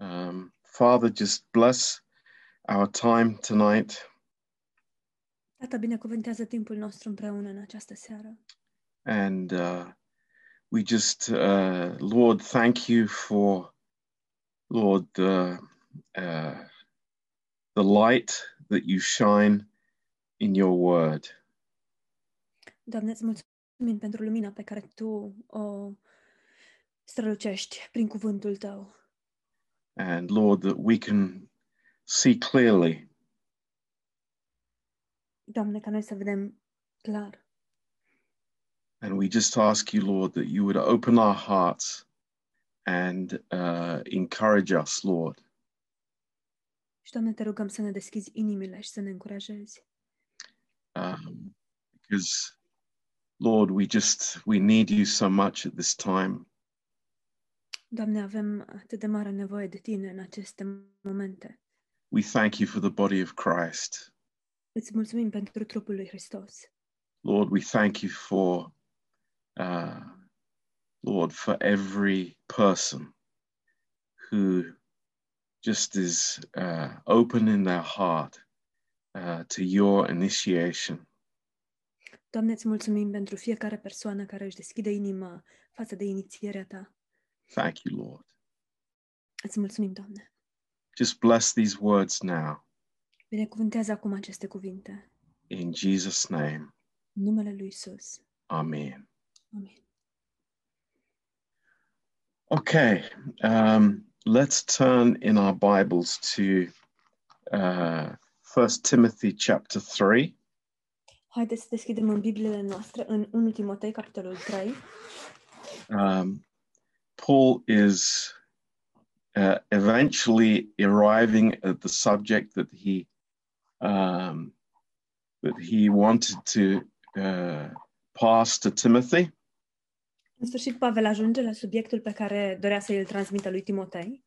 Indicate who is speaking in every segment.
Speaker 1: Um, Father, just bless our time tonight
Speaker 2: Tată, binecuvântează timpul nostru împreună în această seară.
Speaker 1: and uh, we just, uh, Lord, thank you for, Lord, uh, uh, the light that you shine in your word.
Speaker 2: Doamne, îți mulțumim pentru lumina pe care Tu o strălucești prin cuvântul Tău.
Speaker 1: And Lord, that we can see clearly
Speaker 2: Doamne, ca noi să vedem clar.
Speaker 1: And we just ask you, Lord, that you would open our hearts and uh, encourage us, Lord.
Speaker 2: Și, Doamne, Te rugăm să ne deschizi inimile și să ne încurajezi.
Speaker 1: Um, because, Lord, we just, we need you so much at this time.
Speaker 2: Doamne, avem atât de mare nevoie de Tine în aceste momente.
Speaker 1: We thank you for the body of Christ.
Speaker 2: Îți mulțumim pentru trupul lui Hristos.
Speaker 1: Lord, we thank you for, uh, Lord, for every person who just is uh, open in their heart uh, to your initiation.
Speaker 2: Doamne, îți mulțumim pentru fiecare persoană care își deschide inima față de inițierea Ta.
Speaker 1: Thank you, Lord.
Speaker 2: Îți mulțumim, Doamne.
Speaker 1: Just bless these words now
Speaker 2: Binecuvântează acum aceste cuvinte.
Speaker 1: in Jesus' name.
Speaker 2: În numele lui Isus.
Speaker 1: Amen.
Speaker 2: Amin.
Speaker 1: Okay, um, let's turn in our Bibles to uh, 1 Timothy chapter 3.
Speaker 2: Haideți să deschidem în Bibliile noastre, în 1 Timotei, capitolul 3.
Speaker 1: Um, Paul is uh, eventually arriving at the subject that he um, that he wanted to uh, pass to Timothy.
Speaker 2: În sfârșit, Pavel ajunge la subiectul pe care dorea să îl transmită lui Timotei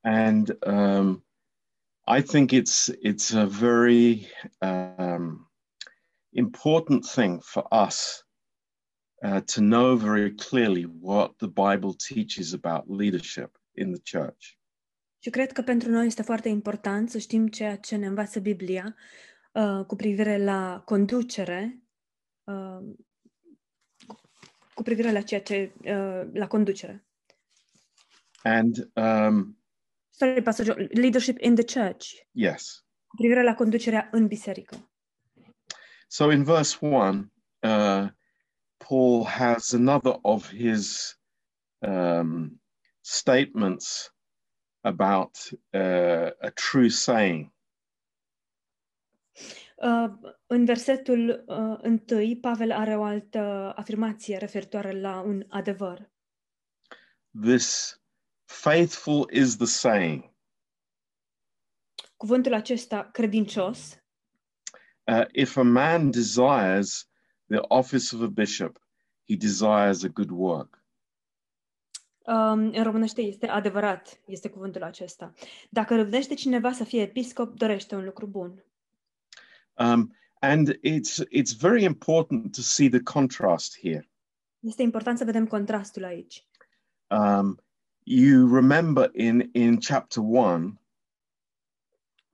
Speaker 1: and um, I think it's it's a very um, important thing for us uh, to know very clearly what the Bible teaches about leadership in the church.
Speaker 2: și cred că pentru noi este foarte important să știm ceea ce ne învață Biblia uh, cu privire la conducere, uh, cu privire la ceea ce, uh, la conducere.
Speaker 1: And um,
Speaker 2: Sorry, pasajul, leadership in the church,
Speaker 1: yes,
Speaker 2: cu privire la conducerea în biserică.
Speaker 1: so in verse one, uh, Paul has another of his um, statements about uh, a true saying.
Speaker 2: Uh, În versetul uh, întâi, Pavel are o altă afirmație referitoare la un adevăr.
Speaker 1: this faithful is the saying
Speaker 2: Cuvântul acesta, credincios,
Speaker 1: uh, if a man desires the office of a bishop he desires a good work
Speaker 2: um, în românește este adevărat, este cuvântul acesta. Dacă râvnește cineva să fie episcop, dorește un lucru bun.
Speaker 1: um, and it's it's very important to see the contrast here
Speaker 2: Este important să vedem contrastul aici.
Speaker 1: um, you remember in in chapter 1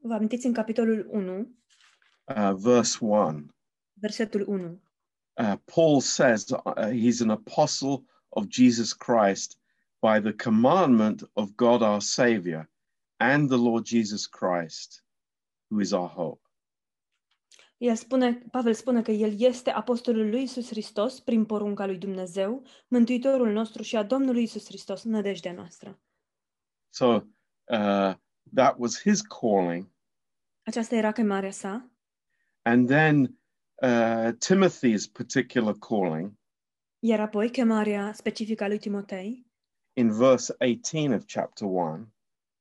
Speaker 2: Vă amintiți în capitolul 1,
Speaker 1: uh, verse 1
Speaker 2: versetul 1.
Speaker 1: uh, paul says uh, he's an apostle of jesus christ by the commandment of god our savior and the lord jesus christ who is our hope
Speaker 2: El spune, Pavel spune că el este apostolul lui Isus Hristos prin porunca lui Dumnezeu, Mântuitorul nostru și a Domnului Isus Hristos, nădejdea noastră.
Speaker 1: So uh, that was his calling.
Speaker 2: Aceasta era chemarea sa
Speaker 1: And then uh, Timothy's particular calling
Speaker 2: iar apoi chemarea specifică a lui Timotei,
Speaker 1: in verse 18 of chapter 1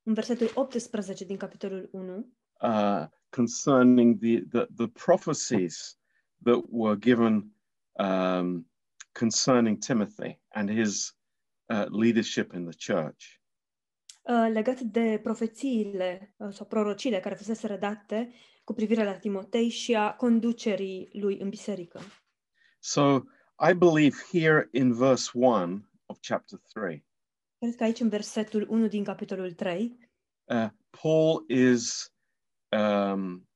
Speaker 2: în versetul 18 din capitolul 1,
Speaker 1: uh, concerning the, the, the prophecies that were given um, concerning Timothy and his uh, leadership in the church.
Speaker 2: uh, legat de profețiile uh, sau prorociile care fusese redate cu privire la Timotei și a conducerii lui în biserică.
Speaker 1: So I believe here in verse 1 of chapter 3,
Speaker 2: Cred că aici în versetul 1 din capitolul 3,
Speaker 1: uh, Paul is um,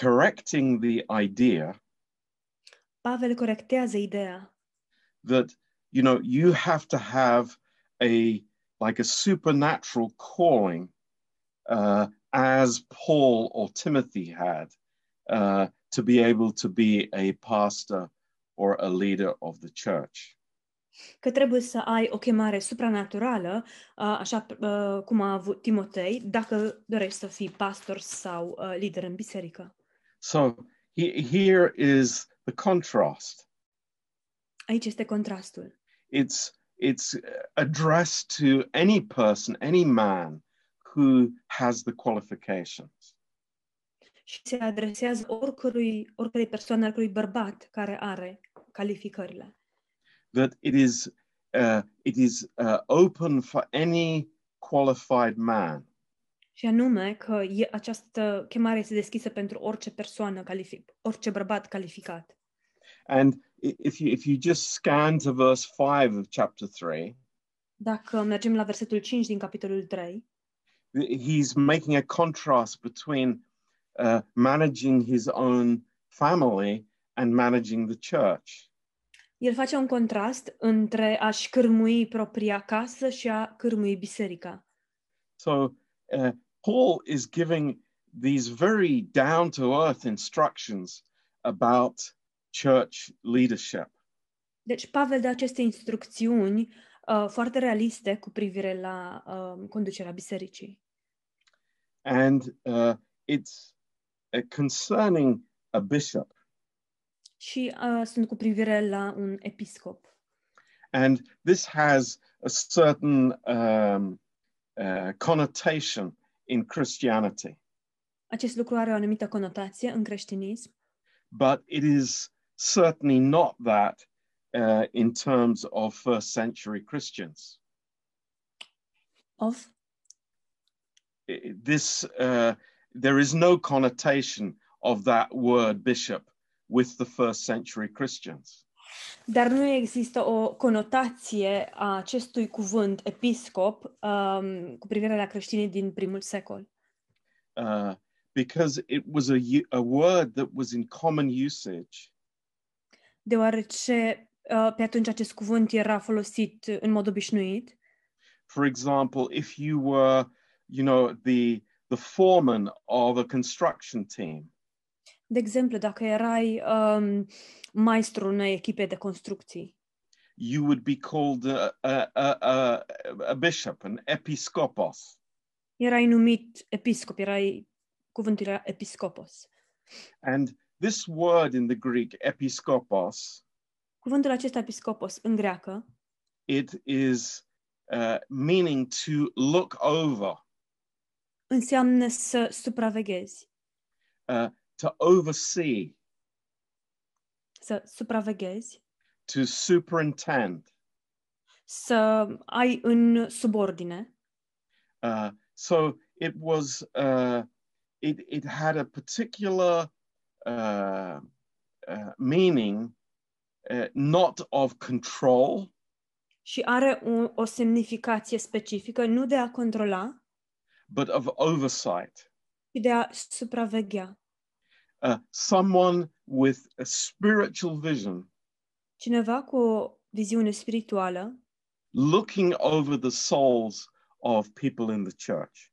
Speaker 1: correcting the idea
Speaker 2: Pavel corectează ideea
Speaker 1: that you know you have to have a like a supernatural calling uh, as Paul or Timothy had uh, to be able to be a pastor or a leader of the church.
Speaker 2: că trebuie să ai o chemare supranaturală, a, așa a, cum a avut Timotei, dacă dorești să fii pastor sau a, lider în biserică.
Speaker 1: So he, here is the contrast.
Speaker 2: Aici este contrastul.
Speaker 1: It's it's addressed to any person, any man who has the qualifications.
Speaker 2: Și se adresează oricărui, oricărei persoane, oricărui bărbat care are calificările.
Speaker 1: That it is uh, it is uh, open for any qualified man
Speaker 2: Și anume că e, această chemare este deschisă pentru orice persoană, calific, orice bărbat calificat.
Speaker 1: And i- if you if you just scan to verse five of chapter three,
Speaker 2: Dacă mergem la versetul 5 din capitolul 3,
Speaker 1: th- he's making a contrast between uh, managing his own family and managing the church.
Speaker 2: el face un contrast între a-și cârmui propria casă și a cârmui biserica.
Speaker 1: So uh, Paul is giving these very down to earth instructions about church leadership.
Speaker 2: Deci Pavel dă aceste instrucțiuni uh, foarte realiste cu privire la uh, conducerea bisericii.
Speaker 1: And uh, it's uh, concerning a bishop.
Speaker 2: Și uh, sunt cu privire la un episcop.
Speaker 1: And this has a certain um, uh, connotation in Christianity,
Speaker 2: Acest lucru are o anumită conotație în creștinism,
Speaker 1: but it is certainly not that uh, in terms of first century Christians.
Speaker 2: of
Speaker 1: I- This, uh, there is no connotation of that word bishop with the first century Christians.
Speaker 2: Dar nu există o conotație a acestui cuvânt episcop um, cu privire la creștinii din primul secol,
Speaker 1: Uh, because it was a, u- a word that was in common usage
Speaker 2: deoarece uh, pe atunci acest cuvânt era folosit în mod obișnuit.
Speaker 1: for example, if you were, you know, the the foreman of a construction team,
Speaker 2: De exemplu, dacă erai um, maestru unei echipe de construcții,
Speaker 1: you would be called a, a, a, a, a bishop, an episkopos,
Speaker 2: erai numit episcop, erai cuvântul era episcopos.
Speaker 1: and this word in the Greek episkopos,
Speaker 2: Cuvântul acesta episcopos în greacă
Speaker 1: it is uh, meaning to look over,
Speaker 2: înseamnă să supraveghezi,
Speaker 1: to oversee,
Speaker 2: să supraveghezi,
Speaker 1: to superintend.
Speaker 2: să ai în subordine,
Speaker 1: Uh, so it was uh, it it had a particular uh, uh, meaning, uh, not of control,
Speaker 2: și are o, o semnificație specifică, nu de a controla,
Speaker 1: but of oversight.
Speaker 2: ci de a supraveghea.
Speaker 1: Uh, someone with a spiritual vision,
Speaker 2: Cineva cu o viziune spirituală
Speaker 1: looking over the souls of people in the church.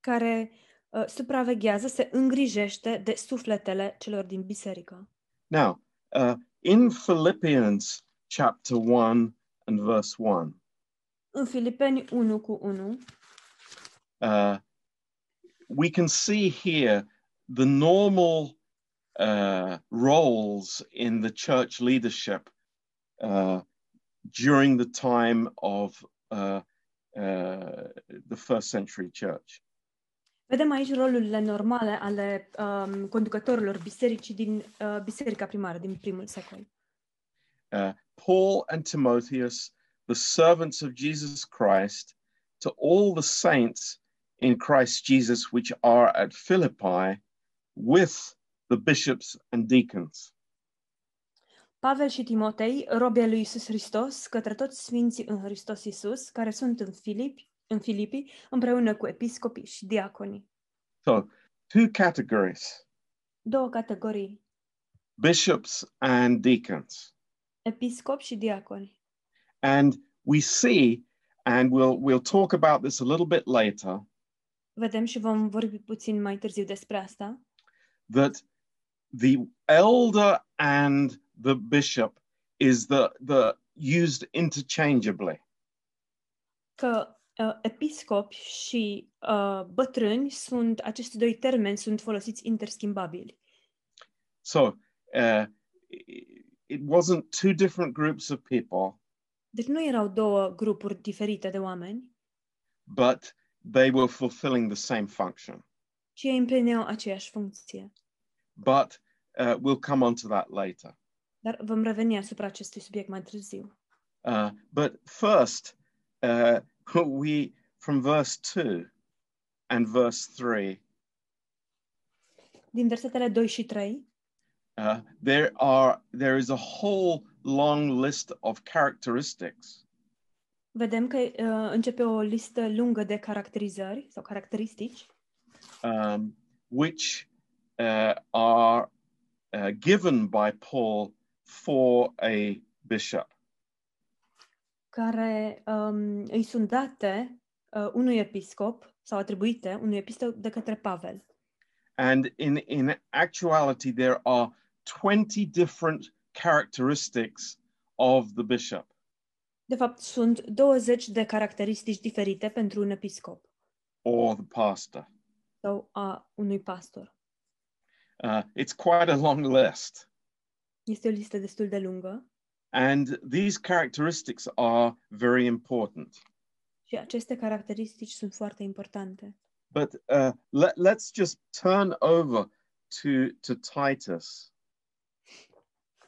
Speaker 2: care uh, supraveghează, se îngrijește de sufletele celor din biserică.
Speaker 1: Now, uh, in Philippians chapter one and verse one.
Speaker 2: În Filipeni 1 cu 1
Speaker 1: uh, we can see here the normal uh, roles in the church leadership uh, during the time of uh, uh, the first century church.
Speaker 2: vedem aici rolurile normale ale um, conducătorilor bisericii din uh, biserica primară din primul secol.
Speaker 1: Uh, Paul and Timotheus, the servants of Jesus Christ, to all the saints in Christ Jesus which are at Philippi with the bishops and deacons.
Speaker 2: Pavel și Timotei, robi ai lui Isus Hristos, către toți sfinții în Hristos Isus, care sunt în Filipi, în Filipii, împreună cu episcopii și diaconii.
Speaker 1: So, two categories
Speaker 2: Două categorii,
Speaker 1: bishops and deacons.
Speaker 2: episcopi și diaconi.
Speaker 1: And we see, and we'll, we'll talk about this a little bit later,
Speaker 2: Vedem și vom vorbi puțin mai târziu despre asta,
Speaker 1: that the elder and the bishop is the, the used interchangeably.
Speaker 2: că uh, episcopi și uh, bătrâni sunt, acești doi termeni sunt folosiți interschimbabil.
Speaker 1: So uh, it- it wasn't two different groups of people,
Speaker 2: Deci nu erau două grupuri diferite de oameni,
Speaker 1: but they were fulfilling the same function.
Speaker 2: ci ei împlineau aceeași funcție.
Speaker 1: But uh, we'll come on to that later.
Speaker 2: Dar vom reveni asupra acestui subiect mai târziu.
Speaker 1: Uh, but first, uh, we from verse 2 and verse 3,
Speaker 2: Din versetele 2 și 3
Speaker 1: uh, there are there is a whole long list of characteristics
Speaker 2: vedem că uh, începe o listă lungă de caracterizări sau caracteristici
Speaker 1: um, which uh, are uh, given by Paul for a bishop.
Speaker 2: care um, îi sunt date uh, unui episcop sau atribuite unui episcop de către Pavel.
Speaker 1: And in in actuality, there are 20 different characteristics of the bishop.
Speaker 2: De fapt, sunt 20 de caracteristici diferite pentru un episcop
Speaker 1: or the pastor.
Speaker 2: sau a unui pastor.
Speaker 1: Uh, it's quite a long list.
Speaker 2: Este o listă destul de lungă
Speaker 1: And these characteristics are very important.
Speaker 2: și aceste caracteristici sunt foarte importante.
Speaker 1: But uh, let, let's just turn over to, to Titus.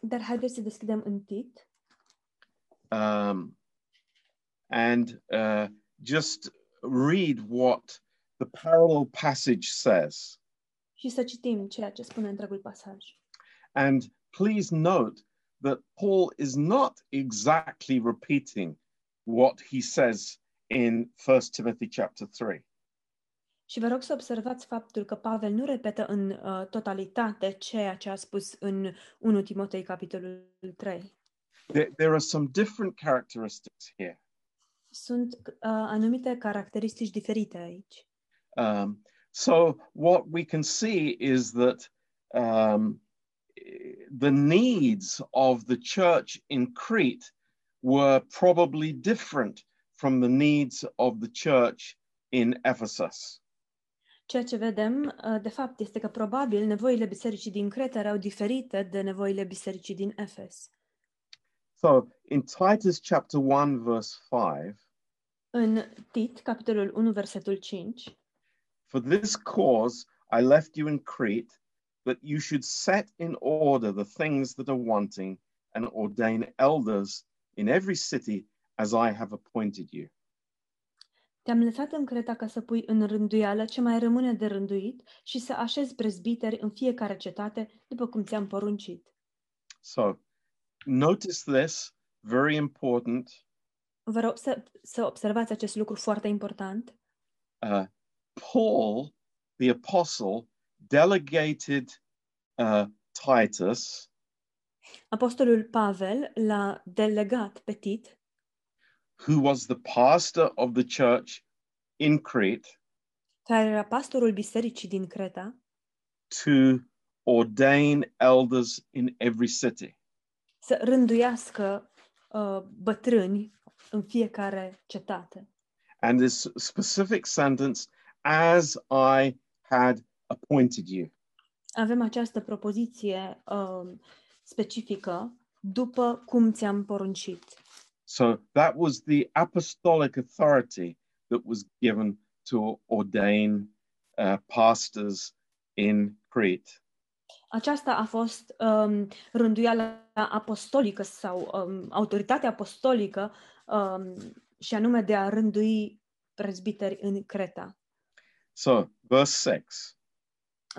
Speaker 2: Dar haideți să deschidem în Tit
Speaker 1: um, and uh, just read what the parallel passage says.
Speaker 2: și să citim ceea ce spune întregul pasaj.
Speaker 1: And please note that Paul is not exactly repeating what he says in 1 Timothy chapter 3.
Speaker 2: Și vă rog să observați faptul că Pavel nu repetă în uh, totalitate ceea ce a spus în 1 Timotei, capitolul 3.
Speaker 1: There, there are some different characteristics here.
Speaker 2: Sunt uh, anumite caracteristici diferite aici.
Speaker 1: Um, so, what we can see is that um, eh, the needs of the church in Crete were probably different from the needs of the church in Ephesus.
Speaker 2: Ceea ce vedem, uh, de fapt, este că probabil nevoile bisericii din Creta erau diferite de nevoile bisericii din Efes.
Speaker 1: So, in Titus chapter 1, verse 5,
Speaker 2: În Tit, capitolul 1, versetul 5,
Speaker 1: For this cause I left you in Crete, that you should set in order the things that are wanting and ordain elders in every city as I have appointed you.
Speaker 2: te-am lăsat în Creta ca să pui în rânduială ce mai rămâne de rânduit și să așezi prezbiteri în fiecare cetate, după cum ți-am poruncit.
Speaker 1: So notice this, very important.
Speaker 2: Vă rog să, să observați acest lucru foarte important.
Speaker 1: Uh, Paul, the apostle, delegated uh, Titus
Speaker 2: Apostolul Pavel l-a delegat pe Tit,
Speaker 1: who was the pastor of the church in Crete,
Speaker 2: care era pastorul bisericii din Creta,
Speaker 1: to ordain elders in every city.
Speaker 2: să rânduiască uh, bătrâni în fiecare cetate.
Speaker 1: and this specific sentence, as I had appointed you.
Speaker 2: Avem această propoziție uh, specifică, după cum ți-am poruncit.
Speaker 1: So that was the apostolic authority that was given to ordain uh, pastors in Crete.
Speaker 2: Aceasta a fost um, rânduiala apostolică sau um, autoritatea apostolică um, și anume de a rândui prezbiteri în Creta.
Speaker 1: So, verse 6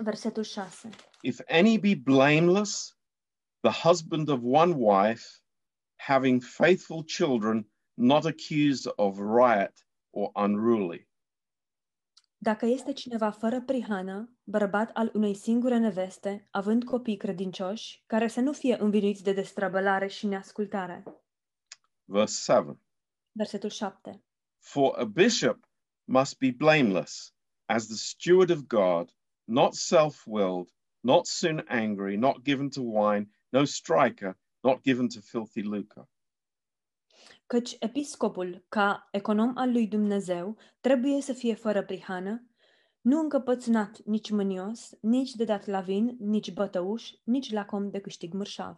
Speaker 2: Versetul 6.
Speaker 1: If any be blameless, the husband of one wife, having faithful children, not accused of riot or unruly.
Speaker 2: Dacă este cineva fără prihană, bărbat al unei singure neveste, având copii credincioși, care să nu fie învinuiți de destrăbălare și neascultare.
Speaker 1: Verse 7.
Speaker 2: Versetul 7.
Speaker 1: For a bishop must be blameless, as the steward of God, not self willed, not soon angry, not given to wine, no striker, not given to filthy lucre.
Speaker 2: Căci episcopul, ca econom al lui Dumnezeu, trebuie să fie fără prihană, nu încăpățânat nici mânios, nici de dat la vin, nici bătăuș, nici lacom de câștig mărșav,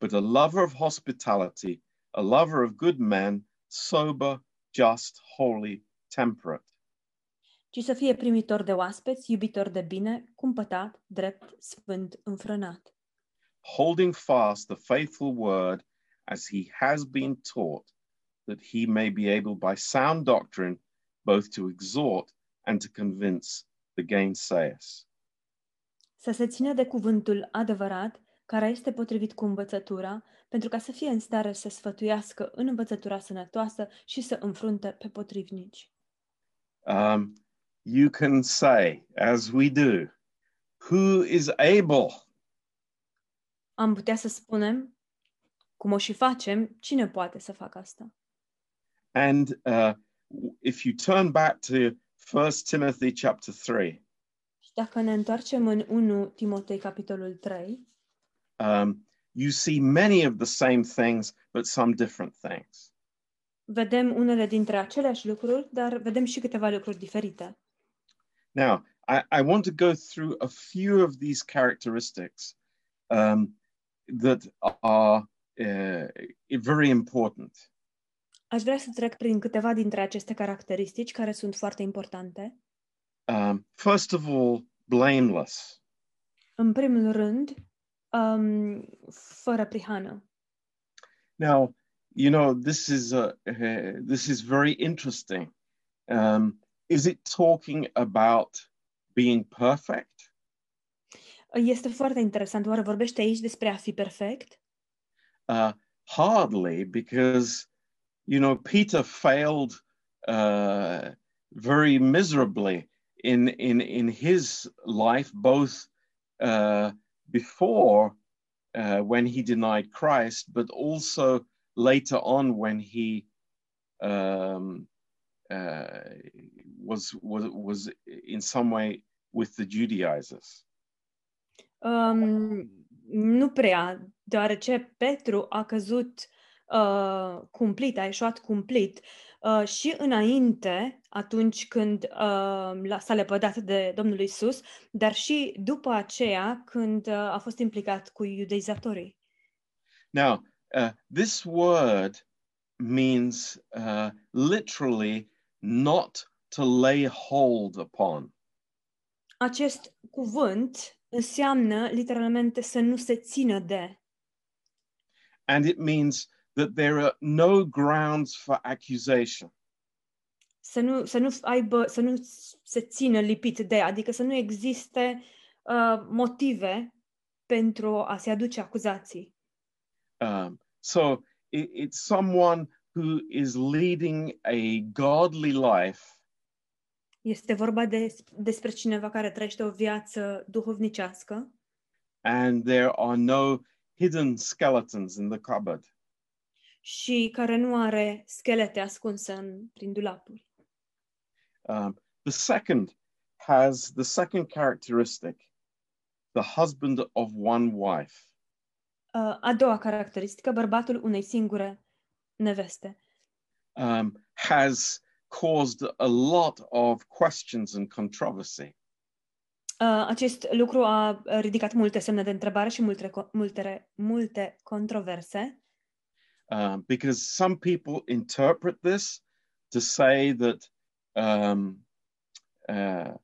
Speaker 1: but a lover of hospitality, a lover of good men, sober, just, holy, temperate.
Speaker 2: ci să fie primitor de oaspeți, iubitor de bine, cumpătat, drept, sfânt, înfrânat,
Speaker 1: holding fast the faithful word as he has been taught, that he may be able by sound doctrine both to exhort and to convince the gainsayers.
Speaker 2: să se țină de cuvântul adevărat, care este potrivit cu învățătura, pentru ca să fie în stare să sfătuiască în învățătura sănătoasă și să înfrunte pe potrivnici.
Speaker 1: Um, you can say, as we do, who is able?
Speaker 2: Am putea să spunem, cum o și facem, cine poate să facă asta?
Speaker 1: And uh, if you turn back to 1 Timothy chapter 3,
Speaker 2: Și dacă ne întoarcem în 1 Timotei, capitolul 3,
Speaker 1: um, you see many of the same things, but some different things.
Speaker 2: vedem unele dintre aceleași lucruri, dar vedem și câteva lucruri diferite.
Speaker 1: Now, I, I want to go through a few of these characteristics um, that are uh, very important.
Speaker 2: Aș vrea să trec prin câteva dintre aceste caracteristici care sunt foarte importante.
Speaker 1: Um, first of all, blameless.
Speaker 2: În primul rând, um, fără prihană.
Speaker 1: Now, you know this is a, uh, this is very interesting. Um, is it talking about being perfect?
Speaker 2: Este foarte interesant. Oare vorbește aici despre a fi perfect?
Speaker 1: Uh, hardly, because you know Peter failed uh, very miserably in in in his life, both uh, before uh, when he denied Christ, but also later on when he um, uh, was was was in some way with the Judaizers.
Speaker 2: Um, nu prea, deoarece Petru a căzut uh, cumplit, a ieșuat cumplit uh, și înainte, atunci când uh, l-a- s-a lepădat de Domnul Isus, dar și după aceea când uh, a fost implicat cu iudeizatorii.
Speaker 1: Now, uh, this word means uh, literally not to lay hold upon.
Speaker 2: Acest cuvânt înseamnă literalmente să nu se țină de
Speaker 1: and it means that there are no grounds for accusation.
Speaker 2: să nu, să nu aibă, să nu se țină lipit de, adică să nu existe uh, motive pentru a se aduce acuzații.
Speaker 1: Um, so it, it's someone who is leading a godly life,
Speaker 2: Este vorba de, despre cineva care trăiește o viață duhovnicească
Speaker 1: and there are no hidden skeletons in the cupboard.
Speaker 2: și care nu are schelete ascunse în, prin dulapuri.
Speaker 1: Um, the second has the second characteristic the husband of one wife.
Speaker 2: Uh, a doua caracteristică, bărbatul unei singure neveste.
Speaker 1: um, has caused a lot of questions and controversy.
Speaker 2: Uh, acest lucru a ridicat multe semne de întrebare și multe, co- multe, multe controverse.
Speaker 1: um, because some people interpret this to say that um, uh,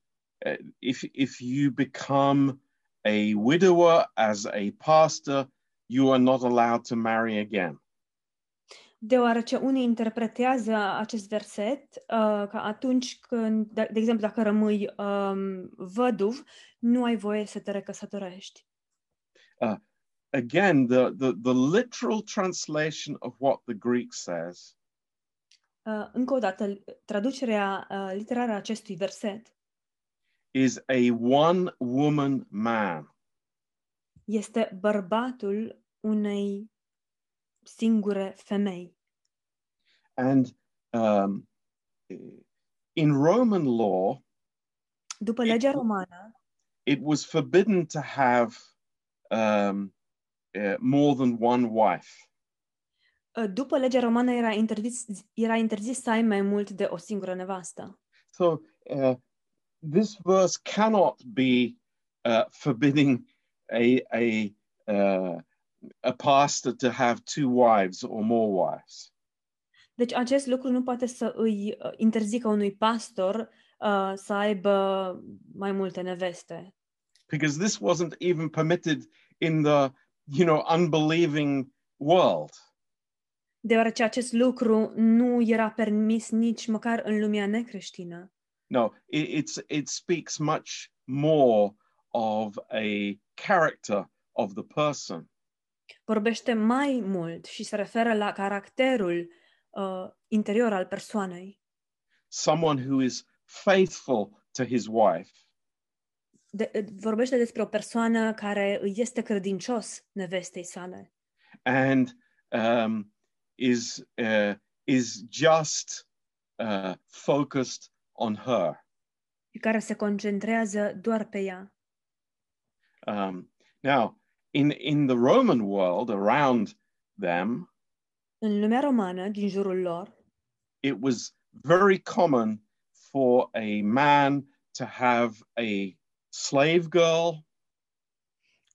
Speaker 1: uh, if if you become a widower as a pastor, you are not allowed to marry again.
Speaker 2: Deoarece unii interpretează acest verset uh, ca atunci când, de, de exemplu, dacă rămâi um, văduv, nu ai voie să te recăsătorești.
Speaker 1: uh, again, the, the, the literal translation of what the Greek says
Speaker 2: Uh, încă o dată, traducerea uh, literară a acestui verset
Speaker 1: is a one woman man.
Speaker 2: este bărbatul unei singure femei.
Speaker 1: And um, in Roman law,
Speaker 2: După legea romană,
Speaker 1: it was forbidden to have um, uh, more than one wife.
Speaker 2: uh, după legea romană era interzis, era interzis să ai mai mult de o singură nevastă.
Speaker 1: So uh, this verse cannot be uh, forbidding a a uh, a pastor to have two wives or more wives.
Speaker 2: Deci acest lucru nu poate să îi uh, interzică unui pastor uh, să aibă mai multe neveste.
Speaker 1: because this wasn't even permitted in the you know unbelieving world
Speaker 2: Deoarece acest lucru nu era permis nici măcar în lumea necreștină.
Speaker 1: no it, it's it speaks much more of a character of the person
Speaker 2: vorbește mai mult și se referă la caracterul uh, interior al persoanei.
Speaker 1: someone who is faithful to his wife
Speaker 2: De, vorbește despre o persoană care îi este credincios nevestei sale
Speaker 1: and um, is uh, is just uh, focused on her
Speaker 2: și care se concentrează doar pe ea.
Speaker 1: um, now in in the roman world around them
Speaker 2: În lumea romană, din jurul lor,
Speaker 1: it was very common for a man to have a slave girl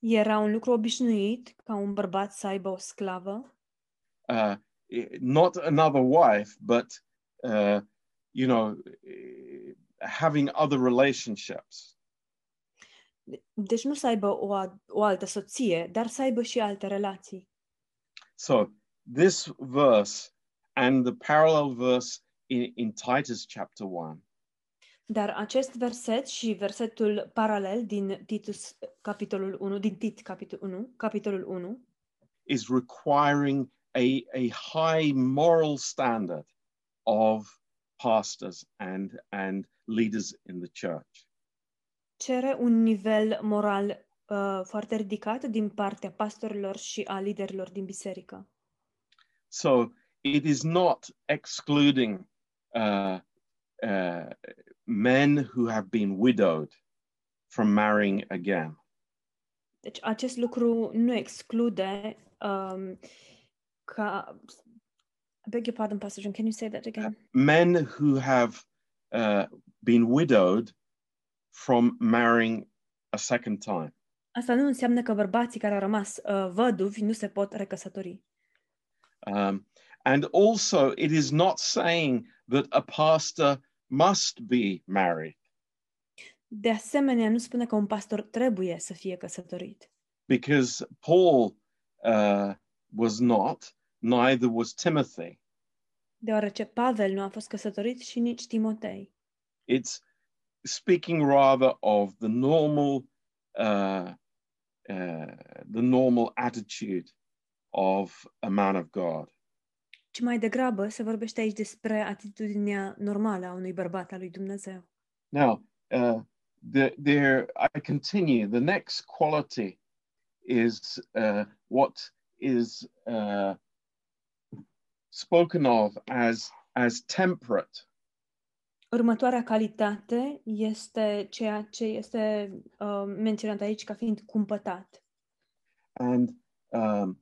Speaker 2: era un lucru obișnuit ca un bărbat să aibă o sclavă,
Speaker 1: uh, i- not another wife but uh, you know eh, having other relationships
Speaker 2: de- deci nu să aibă o, a- o altă soție, dar să aibă și alte relații.
Speaker 1: so this verse and the parallel verse in, in titus chapter 1
Speaker 2: Dar acest verset și versetul paralel din Titus, capitolul 1, din Tit, capitolul 1, capitolul 1
Speaker 1: is requiring a, a high moral standard of pastors and and leaders in the church
Speaker 2: cere un nivel moral uh, foarte ridicat din partea pastorilor și a liderilor din biserică.
Speaker 1: So it is not excluding uh, uh, men who have been widowed from marrying again.
Speaker 2: Deci acest lucru nu exclude um, ca... I beg your pardon, Pastor John, can you say that again?
Speaker 1: Men who have uh, been widowed from marrying a second time.
Speaker 2: Asta nu înseamnă că bărbații care au rămas uh, văduvi nu se pot recăsători.
Speaker 1: Um, and also, it is not saying that a pastor must be married
Speaker 2: De asemenea, nu spune că un pastor trebuie să fie căsătorit.
Speaker 1: because Paul uh, was not, neither was Timothy.
Speaker 2: deoarece Pavel nu a fost căsătorit și nici Timotei.
Speaker 1: it's speaking rather of the normal uh, uh, the normal attitude of a man of God.
Speaker 2: Ci mai degrabă se vorbește aici despre atitudinea normală a unui bărbat al lui Dumnezeu.
Speaker 1: Now, uh, the, there I continue. The next quality is uh, what is uh, spoken of as as temperate.
Speaker 2: Următoarea calitate este ceea ce este uh, menționat aici ca fiind cumpătat.
Speaker 1: And um,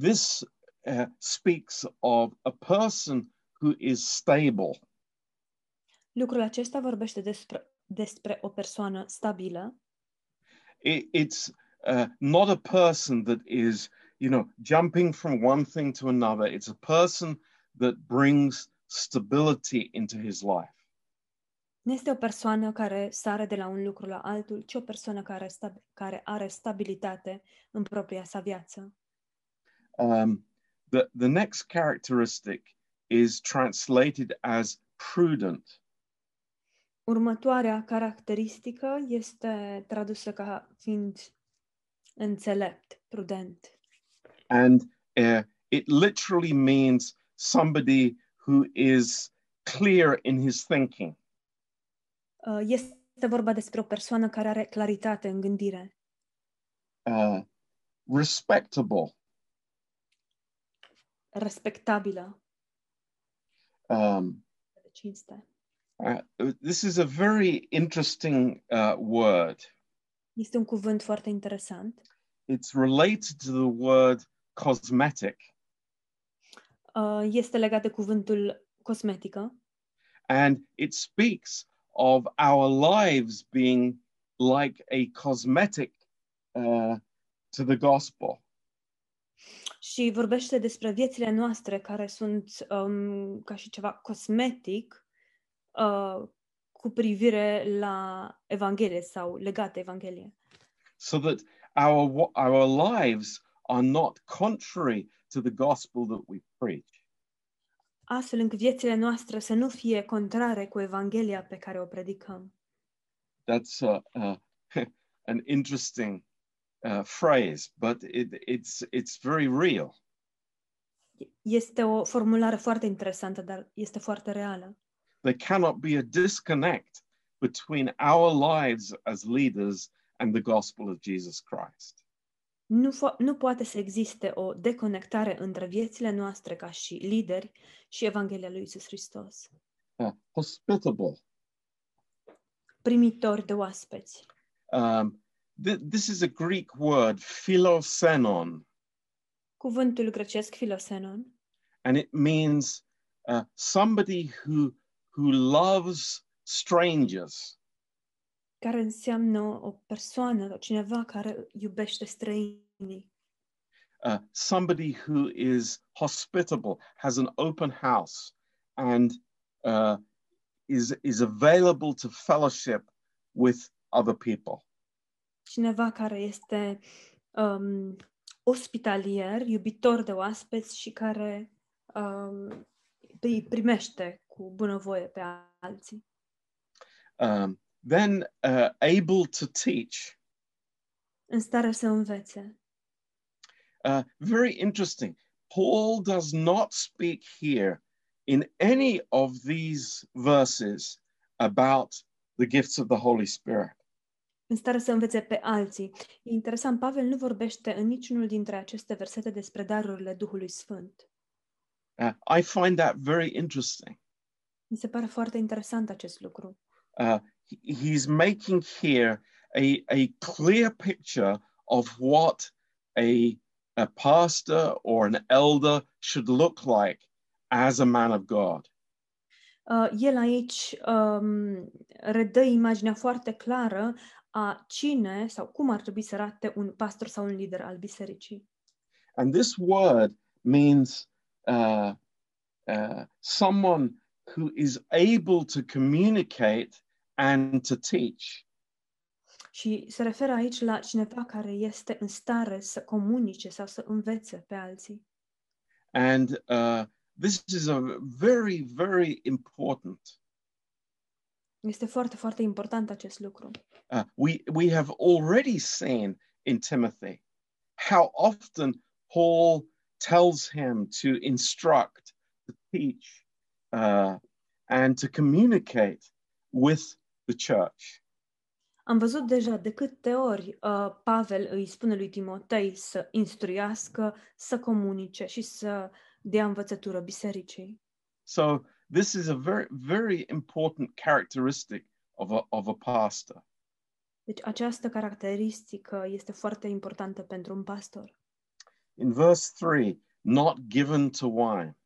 Speaker 1: this uh, speaks of a person who is stable.
Speaker 2: Lucrul acesta vorbește despre, despre o persoană stabilă,
Speaker 1: it, it's uh, not a person that is you know jumping from one thing to another it's a person that brings stability into his life
Speaker 2: nu este o persoană care sare de la un lucru la altul, ci o persoană care, stab- care are stabilitate în propria sa viață.
Speaker 1: um, the, the next characteristic is translated as prudent
Speaker 2: Următoarea caracteristică este tradusă ca fiind înțelept. prudent.
Speaker 1: And uh, it literally means somebody who is clear in his thinking.
Speaker 2: Uh, Este vorba despre o persoană care are claritate în gândire,
Speaker 1: uh, respectable,
Speaker 2: respectabilă,
Speaker 1: um,
Speaker 2: de cinste.
Speaker 1: Uh, this is a very interesting uh, word.
Speaker 2: Este un cuvânt foarte interesant.
Speaker 1: It's related to the word cosmetic,
Speaker 2: Uh, Este legat de cuvântul cosmetică
Speaker 1: and it speaks of our lives being like a cosmetic uh, to the gospel.
Speaker 2: și vorbește despre viețile noastre care sunt um, ca și ceva cosmetic uh, cu privire la Evanghelie sau legate Evanghelie.
Speaker 1: so that our wa- our lives are not contrary to the gospel that we preach.
Speaker 2: Astfel încât viețile noastre să nu fie contrare cu Evanghelia pe care o predicăm.
Speaker 1: That's uh, uh, an interesting uh, phrase, but it, it's it's very real.
Speaker 2: Este o formulare foarte interesantă, dar este foarte reală.
Speaker 1: There cannot be a disconnect between our lives as leaders and the gospel of Jesus Christ.
Speaker 2: Nu, fo- nu poate să existe o deconectare între viețile noastre ca și lideri și Evanghelia lui Isus Hristos.
Speaker 1: Uh, hospitable.
Speaker 2: Primitori de oaspeți.
Speaker 1: Um, th- this is a Greek word, philosenon,
Speaker 2: Cuvântul grecesc filosenon
Speaker 1: and it means uh, somebody who who loves strangers
Speaker 2: care înseamnă o persoană, cineva care iubește străinii,
Speaker 1: uh, somebody who is hospitable has an open house and uh, is is available to fellowship with other people
Speaker 2: cineva care este um, ospitalier, iubitor de oaspeți și care um, îi primește cu bunăvoie pe alții.
Speaker 1: um, then uh, able to teach
Speaker 2: În stare să învețe.
Speaker 1: uh, very interesting paul does not speak here in any of these verses about the gifts of the holy spirit
Speaker 2: În stare să învețe pe alții. E interesant, Pavel nu vorbește în niciunul dintre aceste versete despre darurile Duhului Sfânt.
Speaker 1: Uh, I find that very interesting.
Speaker 2: Mi se pare foarte interesant acest lucru.
Speaker 1: Uh, he- he's making here a, a clear picture of what a, a pastor or an elder should look like as a man of God.
Speaker 2: Uh, El aici um, redă imaginea foarte clară a cine sau cum ar trebui să arate un pastor sau un lider al bisericii.
Speaker 1: And this word means uh, uh, someone who is able to communicate and to teach.
Speaker 2: Și se referă aici la cineva care este în stare să comunice sau să învețe pe alții.
Speaker 1: And uh, this is a very, very important.
Speaker 2: Este foarte, foarte important acest lucru.
Speaker 1: Uh, we, we have already seen in Timothy how often Paul tells him to instruct, to teach, uh, and to communicate with the church.
Speaker 2: Am văzut deja de câte ori uh, Pavel îi spune lui Timotei să instruiască, să comunice și să dea învățătură bisericii.
Speaker 1: So, this is a very, very important characteristic of a, of a pastor.
Speaker 2: Deci această caracteristică este foarte importantă pentru un pastor.
Speaker 1: In verse 3, not given to wine.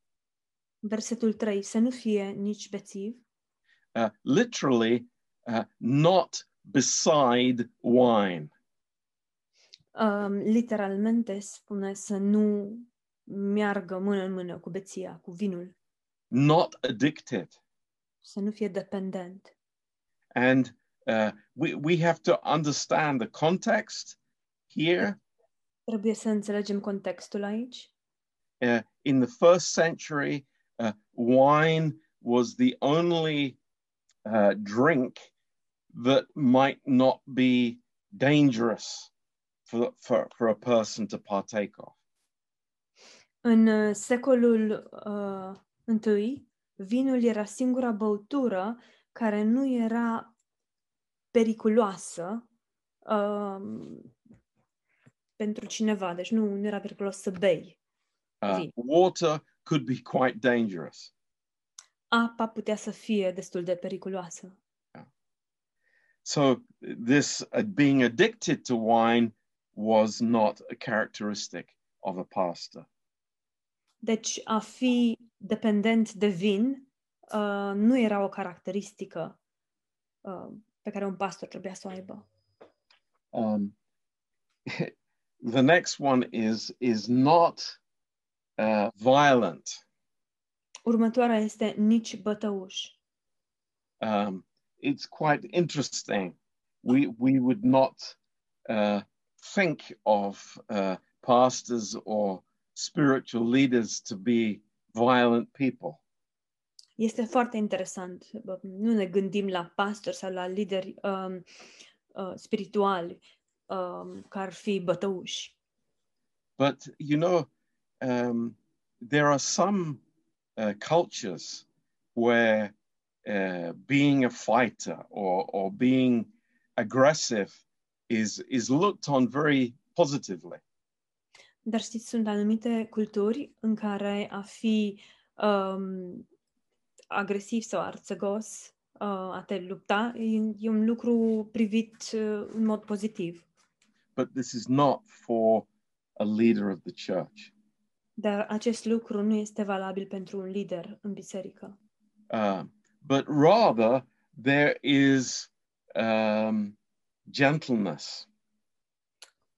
Speaker 2: Versetul 3, să nu fie nici bețiv,
Speaker 1: Uh, literally, uh, not beside wine.
Speaker 2: um, literalmente spune să nu meargă mână în mână cu beția, cu vinul,
Speaker 1: not addicted.
Speaker 2: să nu fie dependent.
Speaker 1: And uh, we, we have to understand the context here
Speaker 2: Trebuie să înțelegem contextul aici.
Speaker 1: uh, in the first century. Uh, wine was the only uh, drink that might not be dangerous for, for, for a person to partake of.
Speaker 2: În uh, secolul uh, întâi, vinul era singura băutură care nu era periculoasă uh, pentru cineva, deci nu, nu era periculos să bei.
Speaker 1: Uh,
Speaker 2: Vin.
Speaker 1: water could be quite dangerous.
Speaker 2: Apa putea să fie destul de periculoasă.
Speaker 1: So this uh, being addicted to wine was not a characteristic of a pastor.
Speaker 2: Deci a fi dependent de vin uh, nu era o caracteristică uh, pe care un pastor trebuia să o aibă.
Speaker 1: Um, the next one is is not uh, violent.
Speaker 2: Următoarea este nici bătăuș.
Speaker 1: Um, it's quite interesting. We we would not uh, think of uh, pastors or spiritual leaders to be violent people.
Speaker 2: Este foarte interesant. Bă, Nu ne gândim la pastori sau la lideri um, uh, spirituali um, care ar fi bătăuși.
Speaker 1: But you know, um, there are some uh, cultures where uh, being a fighter or or being aggressive is is looked on very positively.
Speaker 2: Dar știți, sunt anumite culturi în care a fi um, agresiv sau arțăgos, uh, a te lupta, e, e un lucru privit uh, în mod pozitiv.
Speaker 1: But this is not for a leader of the church.
Speaker 2: Dar acest lucru nu este valabil pentru un lider în biserică.
Speaker 1: Um, but rather, there is um, gentleness.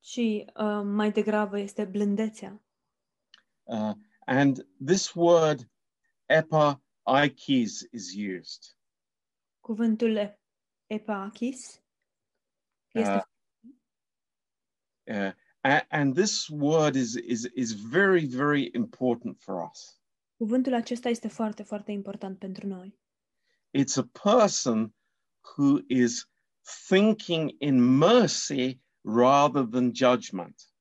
Speaker 2: Și uh, mai degrabă este blândețea.
Speaker 1: Uh, and this word, epaikes, is used.
Speaker 2: Cuvântul e- epachis este
Speaker 1: Uh, uh, a- and this word is is is very very important for us.
Speaker 2: cuvântul acesta este foarte, foarte important pentru noi.
Speaker 1: It's a person who is thinking in mercy rather than judgment.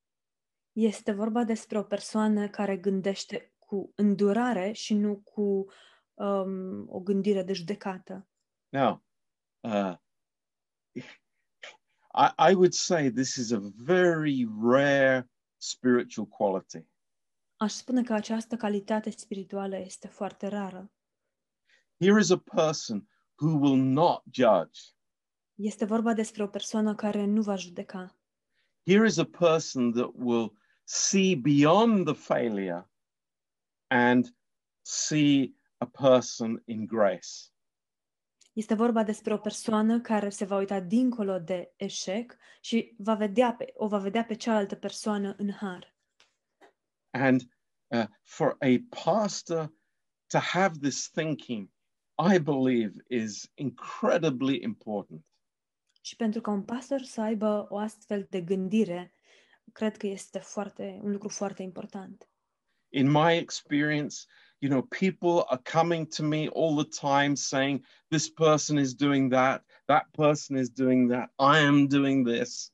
Speaker 2: Este vorba despre o persoană care gândește cu îndurare și nu cu um, o gândire de judecată.
Speaker 1: Now, uh, I, I would say this is a very rare spiritual quality.
Speaker 2: Aș spune că această calitate spirituală este foarte rară.
Speaker 1: Here is a person who will not judge.
Speaker 2: Este vorba despre o persoană care nu va judeca.
Speaker 1: Here is a person that will see beyond the failure and see a person in grace.
Speaker 2: Este vorba despre o persoană care se va uita dincolo de eșec și va vedea pe, o va vedea pe cealaltă persoană în har.
Speaker 1: And uh, for a pastor to have this thinking, I believe is incredibly important.
Speaker 2: Și pentru ca un pastor să aibă o astfel de gândire, cred că este foarte, un lucru foarte important.
Speaker 1: in my experience, you know, people are coming to me all the time saying, this person is doing that, that person is doing that, I am doing this.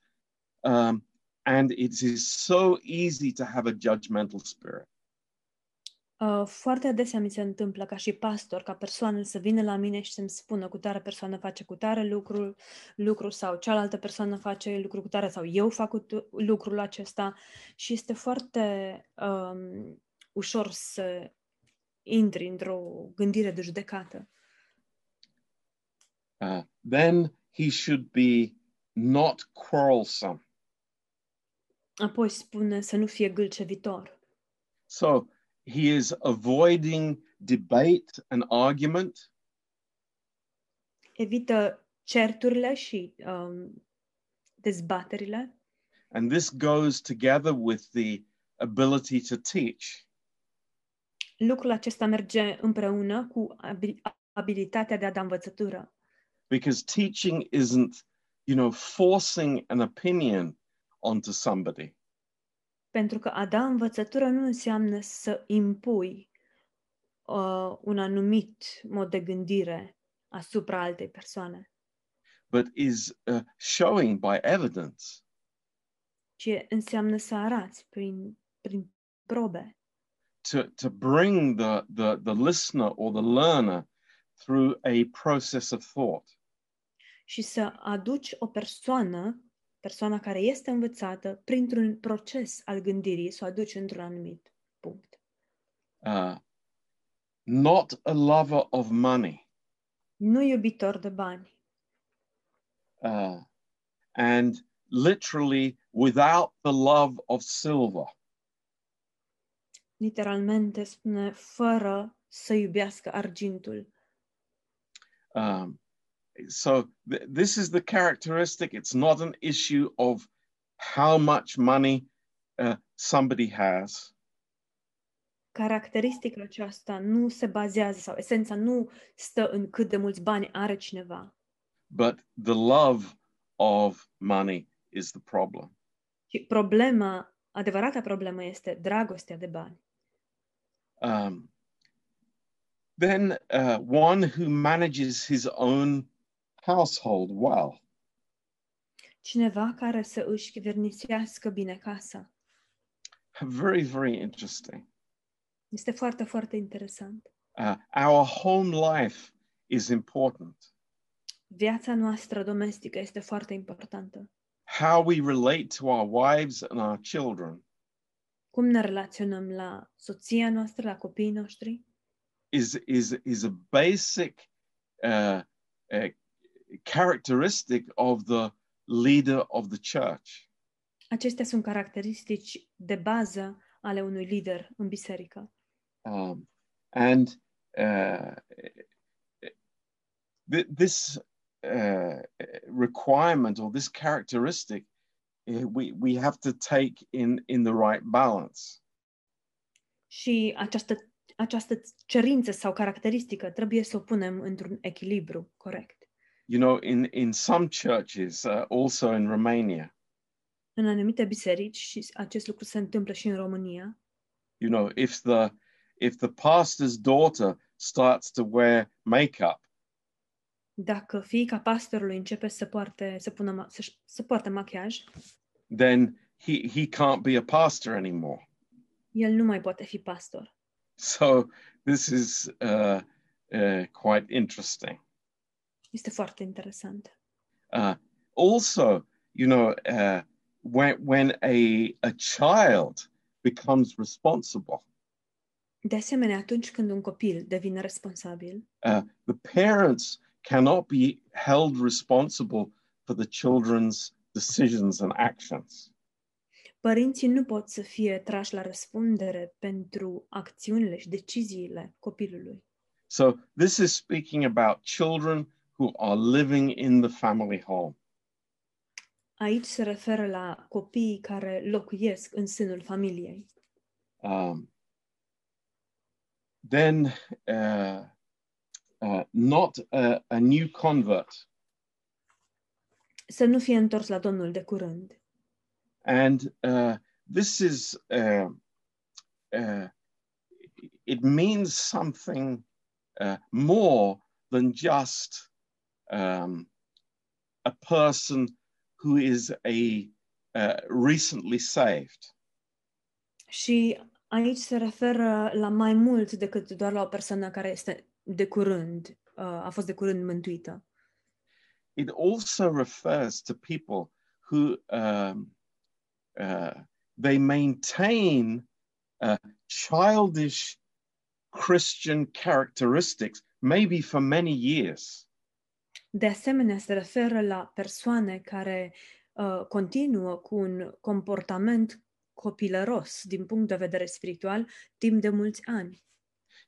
Speaker 1: Um, and it is so easy to have a judgmental spirit.
Speaker 2: Uh, Foarte adesea mi se întâmplă ca și pastor, ca persoană să vină la mine și să-mi spună cu tare persoană face cu tare lucrul, lucru sau cealaltă persoană face lucru cu tare sau eu fac cu tu- lucrul acesta și este foarte um, ușor să intri într-o gândire de judecată.
Speaker 1: Uh, then he should be not quarrelsome.
Speaker 2: Apoi spune să nu fie gâlcevitor.
Speaker 1: So he is avoiding debate and argument.
Speaker 2: evită certurile și um, dezbaterile
Speaker 1: And this goes together with the ability to teach.
Speaker 2: lucrul acesta merge împreună cu abi- abilitatea de a da învățătură.
Speaker 1: because teaching isn't you know forcing an opinion onto somebody
Speaker 2: Pentru că a da învățătură nu înseamnă să impui uh, un anumit mod de gândire asupra altei persoane,
Speaker 1: but is uh, showing by evidence
Speaker 2: ci înseamnă să arăți prin, prin probe,
Speaker 1: to, to bring the, the, the listener or the learner through a process of thought.
Speaker 2: și să aduci o persoană, persoana care este învățată, printr-un proces al gândirii, să o aduci într-un anumit punct.
Speaker 1: Uh, not a lover of money.
Speaker 2: Nu iubitor de bani
Speaker 1: uh, and literally without the love of silver.
Speaker 2: literalmente spune fără să iubească argintul.
Speaker 1: Um, so th- this is the characteristic. It's not an issue of how much money uh, somebody has.
Speaker 2: Caracteristica aceasta nu se bazează sau esența nu stă în cât de mulți bani are cineva,
Speaker 1: but the love of money is the problem.
Speaker 2: ci problema, adevărata problemă este dragostea de bani.
Speaker 1: Um, then uh, one who manages his own household well,
Speaker 2: Cineva care să își chivernisească bine casa.
Speaker 1: very, very interesting.
Speaker 2: Este foarte, foarte interesant.
Speaker 1: Uh, our home life is important.
Speaker 2: Viața noastră domestică este foarte importantă.
Speaker 1: How we relate to our wives and our children
Speaker 2: Cum ne relaționăm la soția noastră, la copiii noștri,
Speaker 1: is is is a basic uh, uh, characteristic of the leader of the church.
Speaker 2: Acestea sunt caracteristici de bază ale unui lider în biserică.
Speaker 1: um, and uh, th- this uh, requirement or this characteristic eh, we, we have to take in, in the right balance
Speaker 2: Și această, această cerință sau caracteristică trebuie să o punem într-un echilibru corect.
Speaker 1: you know in, in some churches uh, also in romania
Speaker 2: În anumite biserici, și acest lucru se întâmplă și în România,
Speaker 1: you know if the if the pastor's daughter starts to wear makeup
Speaker 2: dacă fiica pastorului începe să, poarte, să, pună, ma- să, să poartă machiaj,
Speaker 1: then he he can't be a pastor anymore
Speaker 2: el nu mai poate fi pastor.
Speaker 1: so this is uh, uh, quite interesting
Speaker 2: Este foarte interesant.
Speaker 1: Uh, also, you know, uh, when when a a child becomes responsible,
Speaker 2: De asemenea, atunci când un copil devine responsabil,
Speaker 1: uh, the parents cannot be held responsible for the children's decisions and actions.
Speaker 2: Părinții nu pot să fie trași la răspundere pentru acțiunile și deciziile copilului.
Speaker 1: So this is speaking about children who are living in the family home.
Speaker 2: Aici se referă la copiii care locuiesc în sânul familiei.
Speaker 1: Um, then, uh, uh, not a, a new convert.
Speaker 2: Să nu fie întors la Domnul de curând.
Speaker 1: And uh, this is, uh, uh, it means something uh, more than just um, a person who is a uh, recently saved.
Speaker 2: Și aici se referă la mai mult decât doar la o persoană care este de curând, uh, a fost de curând mântuită.
Speaker 1: It also refers to people who um, uh, they maintain uh, childish Christian characteristics, maybe for many years.
Speaker 2: De asemenea, se referă la persoane care uh, continuă cu un comportament copilăros din punct de vedere spiritual timp de mulți ani.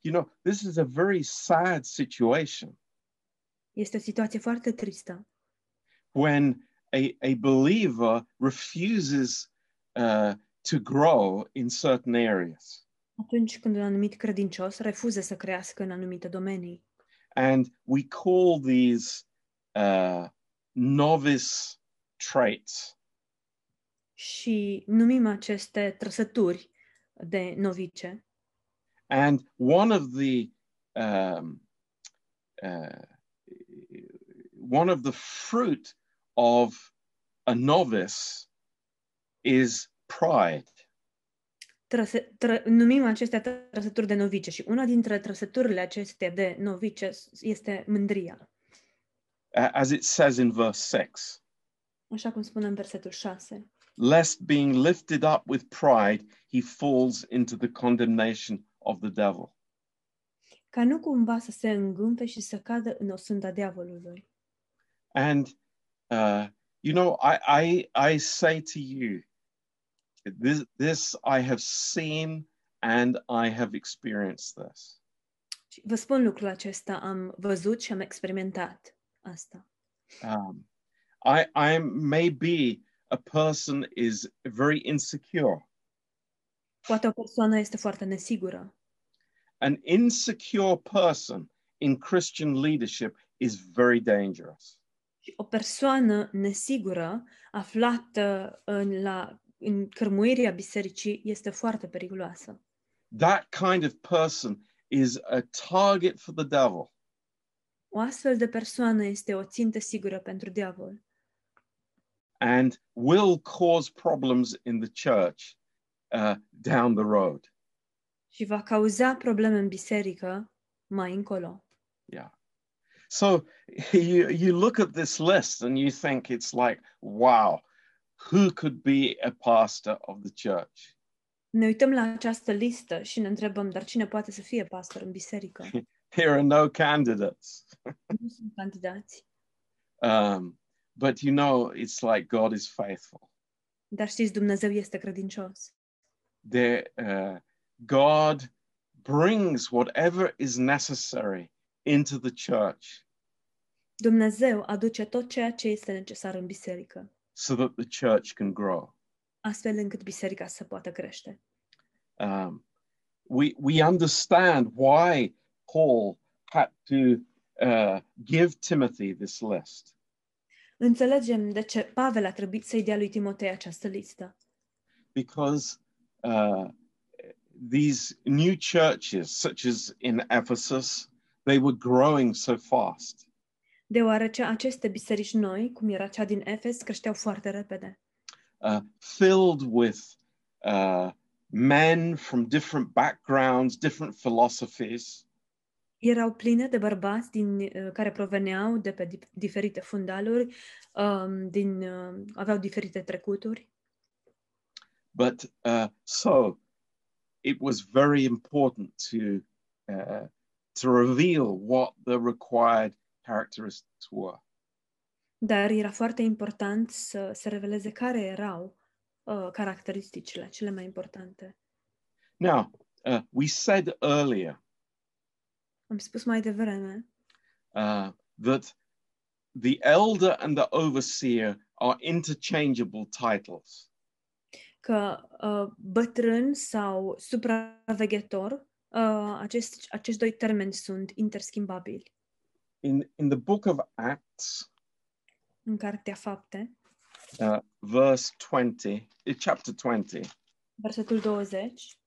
Speaker 1: you know, this is a very sad situation
Speaker 2: Este o situație foarte tristă
Speaker 1: when a, a believer refuses uh, to grow in certain areas.
Speaker 2: atunci când un anumit credincios refuză să crească în anumite domenii.
Speaker 1: And we call these uh, novice traits.
Speaker 2: Și numim aceste trăsături de novice.
Speaker 1: And one of the um, uh, one of the fruit of a novice is pride.
Speaker 2: Trăse, tră, numim acestea trăsături de novice și una dintre trăsăturile acestea de novice este mândria,
Speaker 1: A- As it says in verse 6
Speaker 2: așa cum spune în versetul 6.
Speaker 1: lest being lifted up with pride, he falls into the condemnation of the devil.
Speaker 2: Ca nu cumva să se îngâmpe și să cadă în osânda diavolului.
Speaker 1: And, uh, you know, I, I, I say to you, this, this I have seen and I have experienced this.
Speaker 2: Și vă spun lucrul acesta, am văzut și am experimentat asta.
Speaker 1: Um, I, I may be a person is very insecure.
Speaker 2: Poate o persoană este foarte nesigură.
Speaker 1: An insecure person in Christian leadership is very dangerous.
Speaker 2: Și o persoană nesigură aflată în, la, în cărmuirea bisericii este foarte periculoasă.
Speaker 1: that kind of person is a target for the devil.
Speaker 2: O astfel de persoană este o țintă sigură pentru diavol
Speaker 1: and will cause problems in the church uh, down the road.
Speaker 2: și va cauza probleme în biserică mai încolo.
Speaker 1: So you, you look at this list and you think it's like, wow, who could be a pastor of the church?
Speaker 2: Ne uităm la această listă și ne întrebăm, dar cine poate să fie pastor în biserică?
Speaker 1: Here are no candidates.
Speaker 2: Nu sunt candidați.
Speaker 1: Um, but you know, it's like God is faithful.
Speaker 2: Dar știți, Dumnezeu este credincios.
Speaker 1: There, uh, God brings whatever is necessary into the church
Speaker 2: Dumnezeu aduce tot ceea ce este necesar în biserică,
Speaker 1: so that the church can grow.
Speaker 2: astfel încât biserica să poată crește.
Speaker 1: um, we we understand why Paul had to uh, give Timothy this list
Speaker 2: Înțelegem de ce Pavel a trebuit să-i dea lui Timotei această listă,
Speaker 1: because uh, these new churches, such as in Ephesus, they were growing so fast,
Speaker 2: deoarece aceste biserici noi, cum era cea din Efes, creșteau foarte repede,
Speaker 1: uh, filled with uh, men from different backgrounds, different philosophies,
Speaker 2: erau pline de bărbați din, uh, care proveneau de pe dif- diferite fundaluri, um, din, uh, aveau diferite trecuturi,
Speaker 1: but uh, so it was very important to uh, to reveal what the required characteristics were
Speaker 2: dar era foarte important să se reveleze care erau uh, caracteristicile cele mai importante.
Speaker 1: now uh, we said earlier
Speaker 2: Am spus mai devreme
Speaker 1: uh, that the elder and the overseer are interchangeable titles
Speaker 2: că uh, bătrân sau supraveghetor, uh, acest, acești doi termeni sunt interschimbabili
Speaker 1: in in the book of acts
Speaker 2: în Cartea Fapte,
Speaker 1: uh, verse 20 uh, chapter 20
Speaker 2: versetul 20,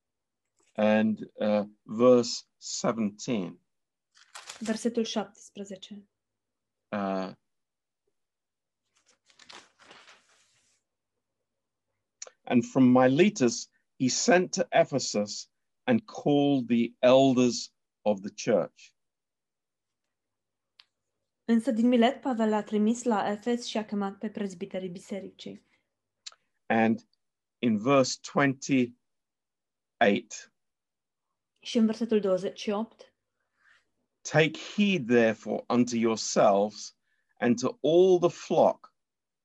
Speaker 1: and uh, verse 17
Speaker 2: versetul 17.
Speaker 1: uh, and from Miletus he sent to Ephesus and called the elders of the church.
Speaker 2: Însă din Milet Pavel a trimis la Efes și a chemat pe prezbiterii bisericii.
Speaker 1: And in verse 28,
Speaker 2: Și în versetul 28,
Speaker 1: take heed therefore unto yourselves and to all the flock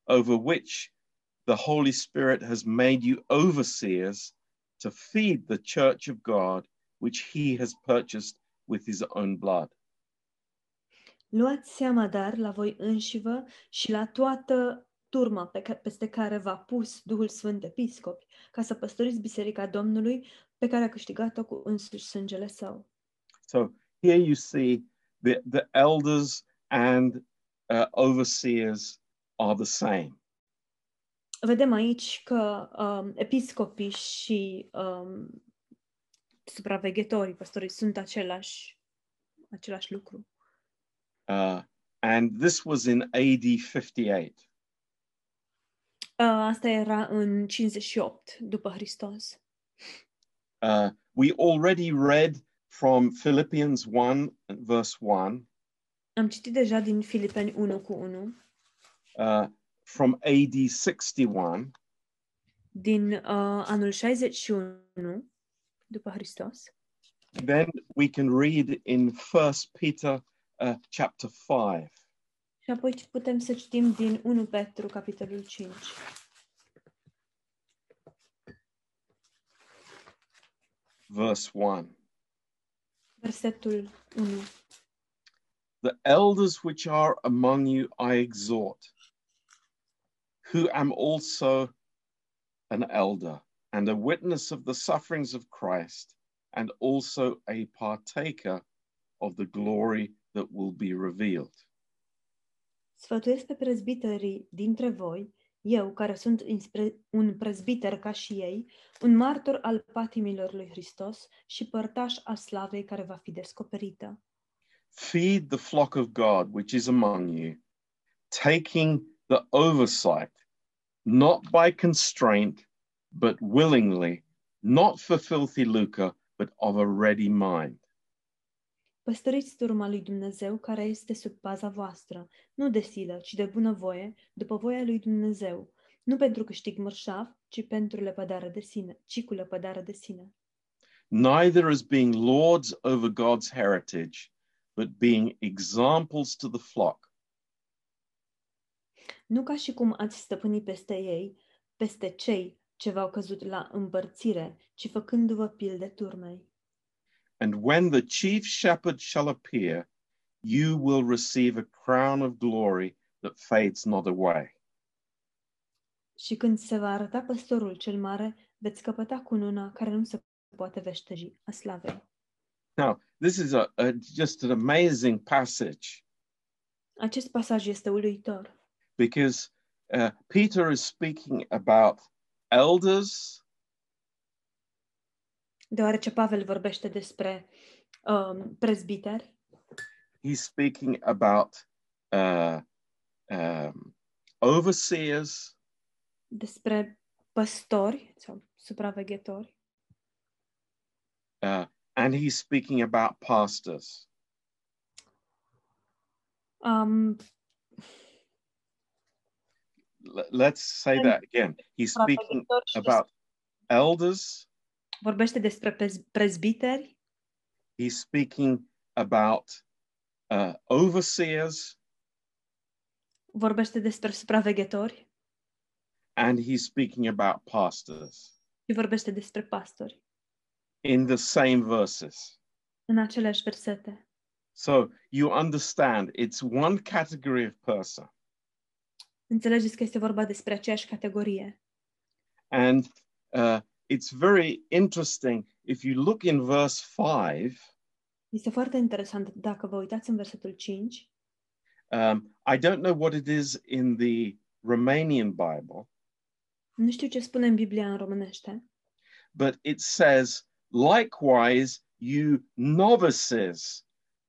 Speaker 1: over which the Holy Spirit has made you overseers to feed the church of God, which he has purchased with his own blood.
Speaker 2: luați seama dar la voi înșivă și la toată turma pe ca- peste care v-a pus Duhul Sfânt Episcopi, ca să păstoriți biserica Domnului pe care a câștigat-o cu însuși sângele său.
Speaker 1: So here you see the, the elders and uh, overseers are the same.
Speaker 2: vedem aici că um, episcopii și um, supraveghetorii, păstorii, sunt același, același lucru.
Speaker 1: Uh, and this was in AD 58.
Speaker 2: asta era în 58 după Hristos.
Speaker 1: Uh, we already read from Philippians 1, verse 1,
Speaker 2: Am citit deja din Filipeni 1 cu 1,
Speaker 1: uh, from AD 61,
Speaker 2: din uh, anul 61 după Hristos.
Speaker 1: then we can read in First Peter uh, chapter 5.
Speaker 2: Și apoi putem să citim din 1 Petru, capitolul 5.
Speaker 1: verse 1.
Speaker 2: Versetul 1.
Speaker 1: The elders which are among you I exhort, who am also an elder and a witness of the sufferings of Christ, and also a partaker of the glory that will be revealed.
Speaker 2: Sfătuiesc pe prezbiterii dintre voi, eu, care sunt inspre- un prezbiter ca și ei, un martor al patimilor lui Hristos și părtaș al slavei care va fi descoperită.
Speaker 1: Feed the flock of God which is among you, taking the oversight, not by constraint, but willingly, not for filthy lucre, but of a ready mind.
Speaker 2: Păstăriți turma lui Dumnezeu care este sub paza voastră, nu de silă, ci de bunăvoie, după voia lui Dumnezeu, nu pentru câștig mărșav, ci pentru lepădare de sine, ci cu lepădare de sine.
Speaker 1: Neither as being lords over God's heritage, but being examples to the flock.
Speaker 2: Nu ca și cum ați stăpâni peste ei, peste cei ce v-au căzut la împărțire, ci făcându-vă pilde turmei.
Speaker 1: And when the chief shepherd shall appear, you will receive a crown of glory that fades not away.
Speaker 2: Și când se va arăta păstorul cel mare, veți căpăta cununa care nu se poate veșteji a slavei.
Speaker 1: Now, this is a, a just an amazing passage
Speaker 2: Acest pasaj este uluitor.
Speaker 1: because uh, Peter is speaking about elders,
Speaker 2: deoarece Pavel vorbește despre um, prezbiteri,
Speaker 1: he's speaking about uh, um, overseers,
Speaker 2: despre păstori sau supraveghetori
Speaker 1: uh, and he's speaking about pastors.
Speaker 2: um,
Speaker 1: L- let's say that again. He's speaking
Speaker 2: supraveghetori și
Speaker 1: about elders,
Speaker 2: vorbește despre pez- prezbiteri,
Speaker 1: he's speaking about uh, overseers,
Speaker 2: vorbește despre supraveghetori
Speaker 1: and he's speaking about pastors
Speaker 2: și vorbește despre pastori
Speaker 1: in the same verses.
Speaker 2: în aceleași versete.
Speaker 1: So you understand it's one category of person.
Speaker 2: Înțelegeți că este vorba despre aceeași categorie.
Speaker 1: And uh, it's very interesting. If you look in verse 5,
Speaker 2: Este foarte interesant dacă vă uitați în versetul 5.
Speaker 1: um, I don't know what it is in the Romanian Bible,
Speaker 2: Nu știu ce spune în Biblia în românește,
Speaker 1: but it says, likewise, you novices,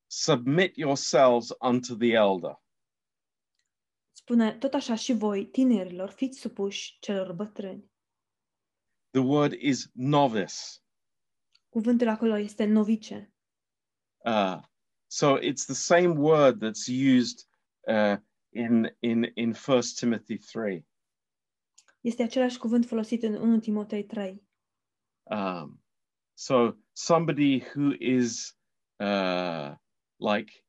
Speaker 1: submit yourselves unto the elder.
Speaker 2: spune tot așa și voi, tinerilor, fiți supuși celor bătrâni.
Speaker 1: The word is novice.
Speaker 2: Cuvântul acolo este novice,
Speaker 1: Uh, so it's the same word that's used uh, in, in, in 1 Timothy 3.
Speaker 2: Este același cuvânt folosit în 1 Timotei 3.
Speaker 1: Um, so somebody who is uh, like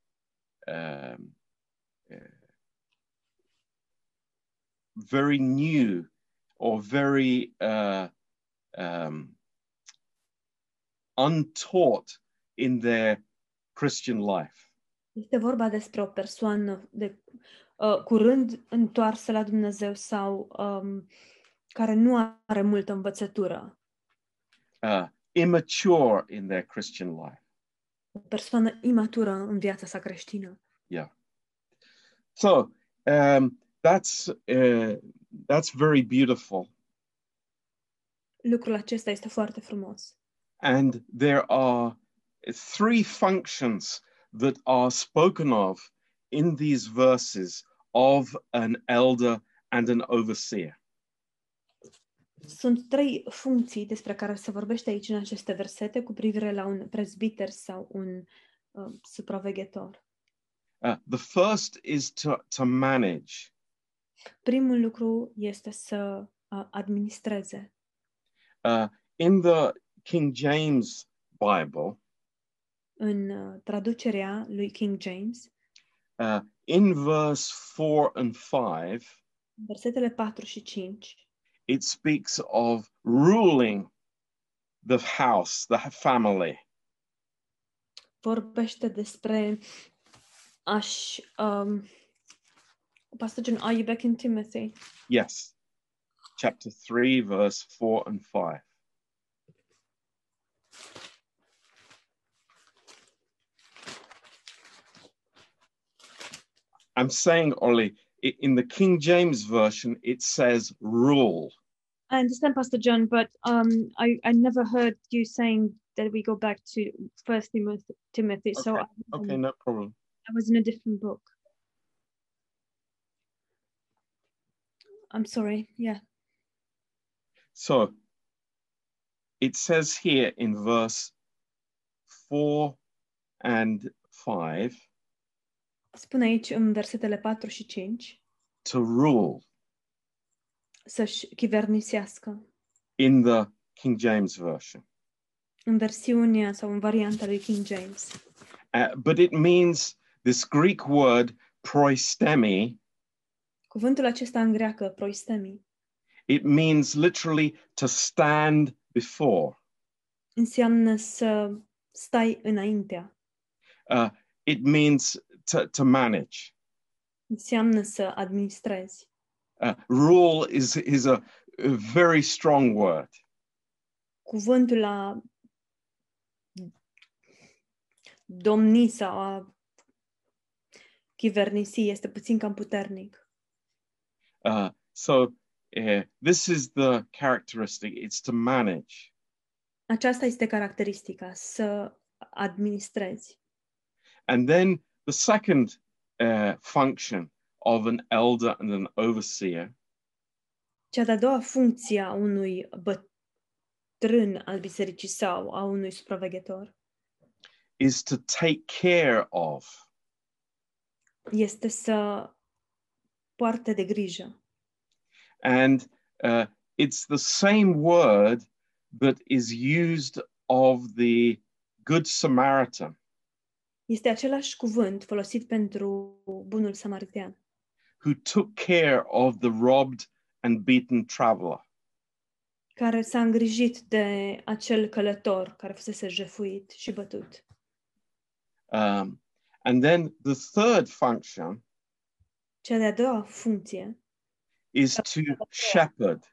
Speaker 1: um, uh, very new or very uh, um, untaught in their Christian life.
Speaker 2: Este vorba despre o persoană de uh, curând întoarsă la Dumnezeu sau um, care nu are multă învățătură,
Speaker 1: Uh, immature in their Christian life.
Speaker 2: o persoană imatură în viața sa creștină.
Speaker 1: So um, that's uh, that's very beautiful.
Speaker 2: Lucrul acesta este foarte frumos.
Speaker 1: And there are three functions that are spoken of in these verses of an elder and an overseer.
Speaker 2: Sunt trei funcții despre care se vorbește aici în aceste versete cu privire la un prezbiter sau un uh, supraveghetor.
Speaker 1: Uh, the first is to, to manage.
Speaker 2: Primul lucru este să uh, administreze.
Speaker 1: Uh, in the King James Bible,
Speaker 2: În uh, traducerea lui King James,
Speaker 1: uh, in verse 4 and 5,
Speaker 2: versetele 4 și 5,
Speaker 1: it speaks of ruling the house, the family.
Speaker 2: vorbește despre aș... Um, Pastor John, are you back in Timothy?
Speaker 1: Yes. Chapter 3, verse 4 and 5. I'm saying, Ollie, i- in the King James Version, it says rule.
Speaker 2: I understand, Pastor John, but um, I, I never heard you saying that we go back to First Timothy. Timothy So I, um,
Speaker 1: Okay, no problem.
Speaker 2: I was in a different book. I'm sorry. Yeah.
Speaker 1: So it says here in verse 4 and 5
Speaker 2: Spune aici în versetele 4 și 5
Speaker 1: to rule
Speaker 2: să-și chivernisească
Speaker 1: in the King James Version.
Speaker 2: în versiunea sau în varianta lui King James.
Speaker 1: Uh, but it means this Greek word proistemi,
Speaker 2: Cuvântul acesta în greacă, proistemi,
Speaker 1: it means literally to stand before.
Speaker 2: înseamnă să stai înaintea,
Speaker 1: Uh, it means to, to manage.
Speaker 2: înseamnă să administrezi.
Speaker 1: Uh, rule is, is a, a very strong word.
Speaker 2: cuvântul la domni sau a chivernisi este puțin cam puternic.
Speaker 1: Uh, so uh, this is the characteristic it's to manage.
Speaker 2: Aceasta este caracteristica, să administrezi.
Speaker 1: And then the second uh, function of an elder and an overseer
Speaker 2: Cea de-a doua funcție a unui bătrân al bisericii sau a unui supraveghetor
Speaker 1: is to take care of.
Speaker 2: este să poarte de grijă.
Speaker 1: And uh, it's the same word that is used of the Good Samaritan
Speaker 2: Este același cuvânt folosit pentru bunul samaritean.
Speaker 1: who took care of the robbed and beaten traveler.
Speaker 2: care s-a îngrijit de acel călător care fusese jefuit și bătut.
Speaker 1: Um, and then the third function
Speaker 2: Cea de-a doua funcție
Speaker 1: is to shepherd.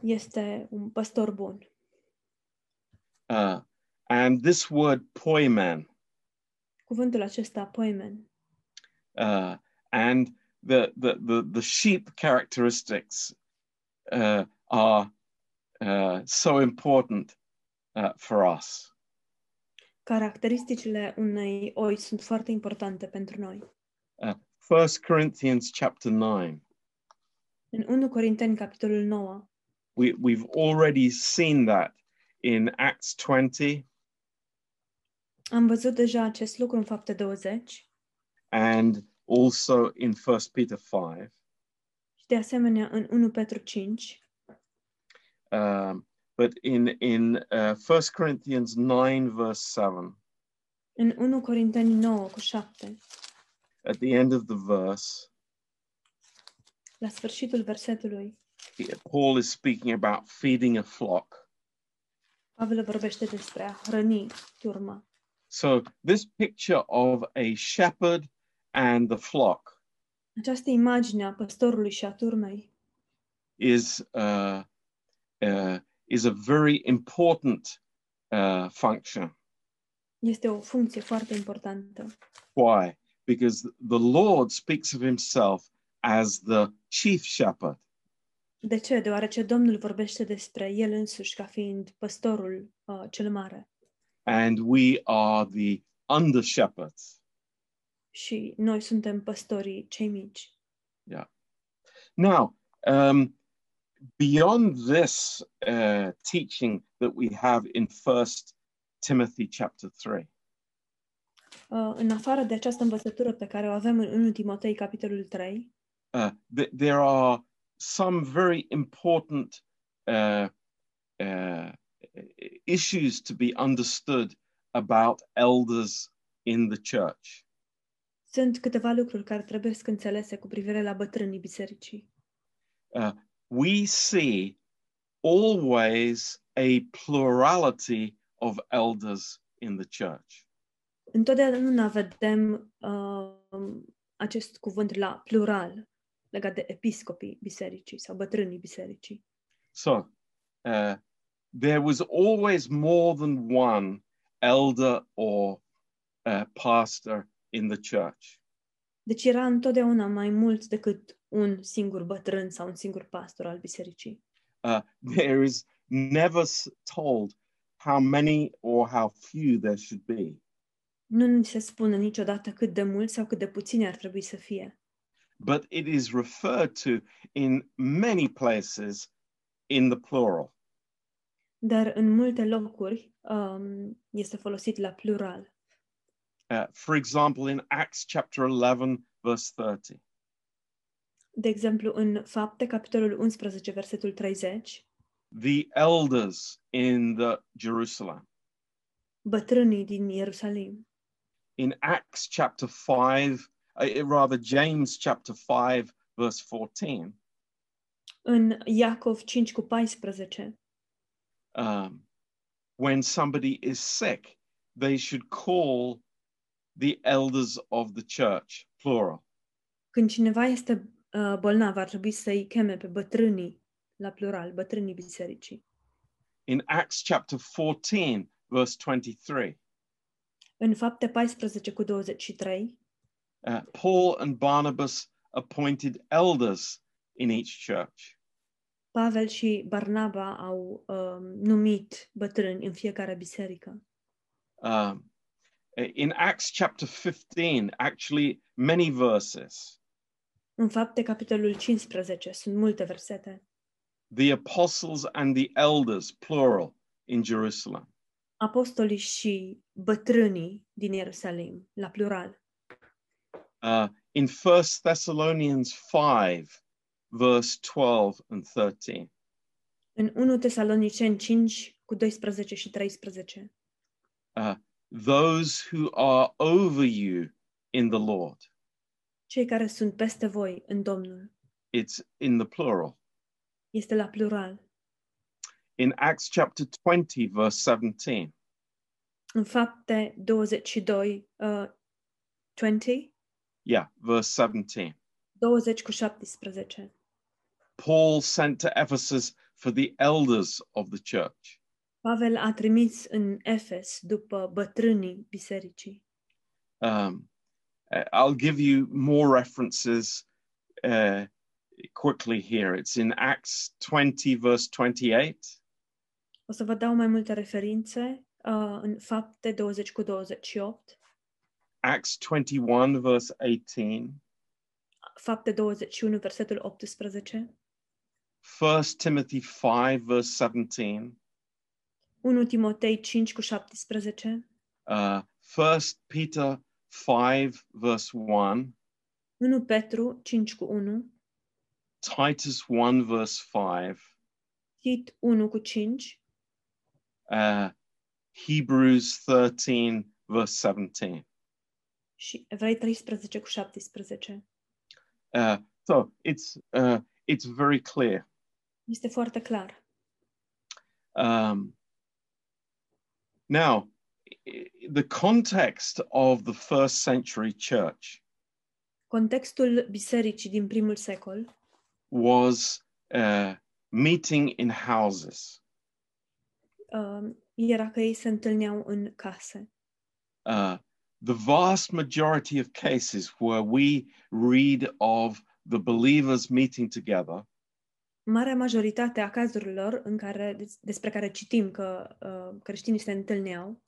Speaker 2: este un păstor bun.
Speaker 1: Uh, and this word poimen
Speaker 2: Cuvântul acesta, poemen,
Speaker 1: uh, and the, the the the sheep characteristics uh, are uh, so important uh, for us.
Speaker 2: caracteristicile unei oi sunt foarte importante pentru noi.
Speaker 1: First Corinthians chapter nine.
Speaker 2: În 1 Corinteni, capitolul 9,
Speaker 1: We we've already seen that in Acts twenty
Speaker 2: am văzut deja acest lucru în fapte 20
Speaker 1: and also in First Peter five.
Speaker 2: și de asemenea în 1 Petru 5,
Speaker 1: Um, but in in uh, First Corinthians nine verse seven,
Speaker 2: în 1 Corinteni 9 cu 7,
Speaker 1: at the end of the verse,
Speaker 2: la sfârșitul versetului,
Speaker 1: Paul is speaking about feeding a flock.
Speaker 2: Pavel vorbește despre a hrăni turma.
Speaker 1: So this picture of a shepherd and the flock
Speaker 2: Această imagine a păstorului și a turmei
Speaker 1: is uh, uh, is a very important uh, function.
Speaker 2: este o funcție foarte importantă,
Speaker 1: Why? Because the Lord speaks of Himself as the chief shepherd,
Speaker 2: De ce? Deoarece Domnul vorbește despre el însuși ca fiind păstorul uh, cel mare
Speaker 1: and we are the under shepherds.
Speaker 2: și noi suntem păstorii cei mici.
Speaker 1: Now, um, beyond this uh, teaching that we have in First Timothy chapter 3,
Speaker 2: Uh, în afară de această învățătură pe care o avem în 1 Timotei, capitolul 3,
Speaker 1: uh, th- there are some very important uh, uh, issues to be understood about elders in the church.
Speaker 2: sunt câteva lucruri care trebuie să înțelese cu privire la bătrânii bisericii.
Speaker 1: We see always a plurality of elders in the church.
Speaker 2: Întotdeauna vedem uh, acest cuvânt la plural, legat de episcopii bisericii sau bătrânii bisericii.
Speaker 1: So uh, there was always more than one elder or uh, pastor in the church.
Speaker 2: Deci era întotdeauna mai mult decât un singur bătrân sau un singur pastor al bisericii.
Speaker 1: Uh, there is never s- told how many or how few there should be.
Speaker 2: Nu ni se spune niciodată cât de mult sau cât de puține ar trebui să fie.
Speaker 1: but it is referred to in many places in the plural.
Speaker 2: dar în multe locuri um, este folosit la plural.
Speaker 1: Uh, for example, in Acts chapter 11, verse 30,
Speaker 2: De exemplu, în Fapte, capitolul 11, versetul 30,
Speaker 1: the elders in the Jerusalem.
Speaker 2: bătrânii din Ierusalim.
Speaker 1: In Acts chapter 5, uh, rather James chapter 5, verse 14,
Speaker 2: În Iacov 5 cu 14,
Speaker 1: um, when somebody is sick, they should call the elders of the church, plural.
Speaker 2: când cineva este uh, bolnav, ar trebui să-i cheme pe bătrânii, la plural, bătrânii bisericii.
Speaker 1: In Acts chapter 14, verse 23,
Speaker 2: În Fapte 14 cu 23,
Speaker 1: Uh, Paul and Barnabas appointed elders in each church.
Speaker 2: Pavel și Barnaba au um, numit bătrâni în fiecare biserică.
Speaker 1: Um, in Acts chapter 15, actually, many verses,
Speaker 2: În Fapte, capitolul 15, sunt multe versete.
Speaker 1: the apostles and the elders, plural, in Jerusalem.
Speaker 2: apostolii și bătrânii din Ierusalim, la plural.
Speaker 1: Uh, in 1 Thessalonians 5, verse 12 and 13,
Speaker 2: În 1 Tesaloniceni 5 cu 12 și 13.
Speaker 1: those who are over you in the Lord,
Speaker 2: Cei care sunt peste voi în Domnul.
Speaker 1: it's in the plural.
Speaker 2: Este la plural.
Speaker 1: In Acts chapter 20, verse 17,
Speaker 2: În fapte 22, uh, 20,
Speaker 1: Yeah, verse 17.
Speaker 2: 20 cu 17.
Speaker 1: Paul sent to Ephesus for the elders of the church.
Speaker 2: Pavel a trimis în Efes după bătrânii bisericii.
Speaker 1: Um, uh, I'll give you more references uh, quickly here. It's in Acts 20, verse 28,
Speaker 2: O să vă dau mai multe referințe uh, în fapte 20 cu 28,
Speaker 1: Acts 21, verse 18,
Speaker 2: fapte 21, versetul 18,
Speaker 1: 1 Timothy 5, verse 17,
Speaker 2: 1 Timotei 5 cu 17,
Speaker 1: uh, 1 Peter 5, verse 1,
Speaker 2: 1 Petru 5 cu 1,
Speaker 1: Titus 1, verse 5,
Speaker 2: Tit 1 cu 5,
Speaker 1: uh, Hebrews 13, verse 17.
Speaker 2: și Evrei 13 cu 17.
Speaker 1: Uh, so it's, uh, it's very clear.
Speaker 2: Este foarte clar.
Speaker 1: Um, now, i- the context of the first century church
Speaker 2: Contextul bisericii din primul secol
Speaker 1: was uh, meeting in houses.
Speaker 2: uh, era că ei se întâlneau în case.
Speaker 1: Uh, the vast majority of cases where we read of the believers meeting together
Speaker 2: Marea majoritate a cazurilor în care, des- despre care citim că uh, creștinii se întâlneau,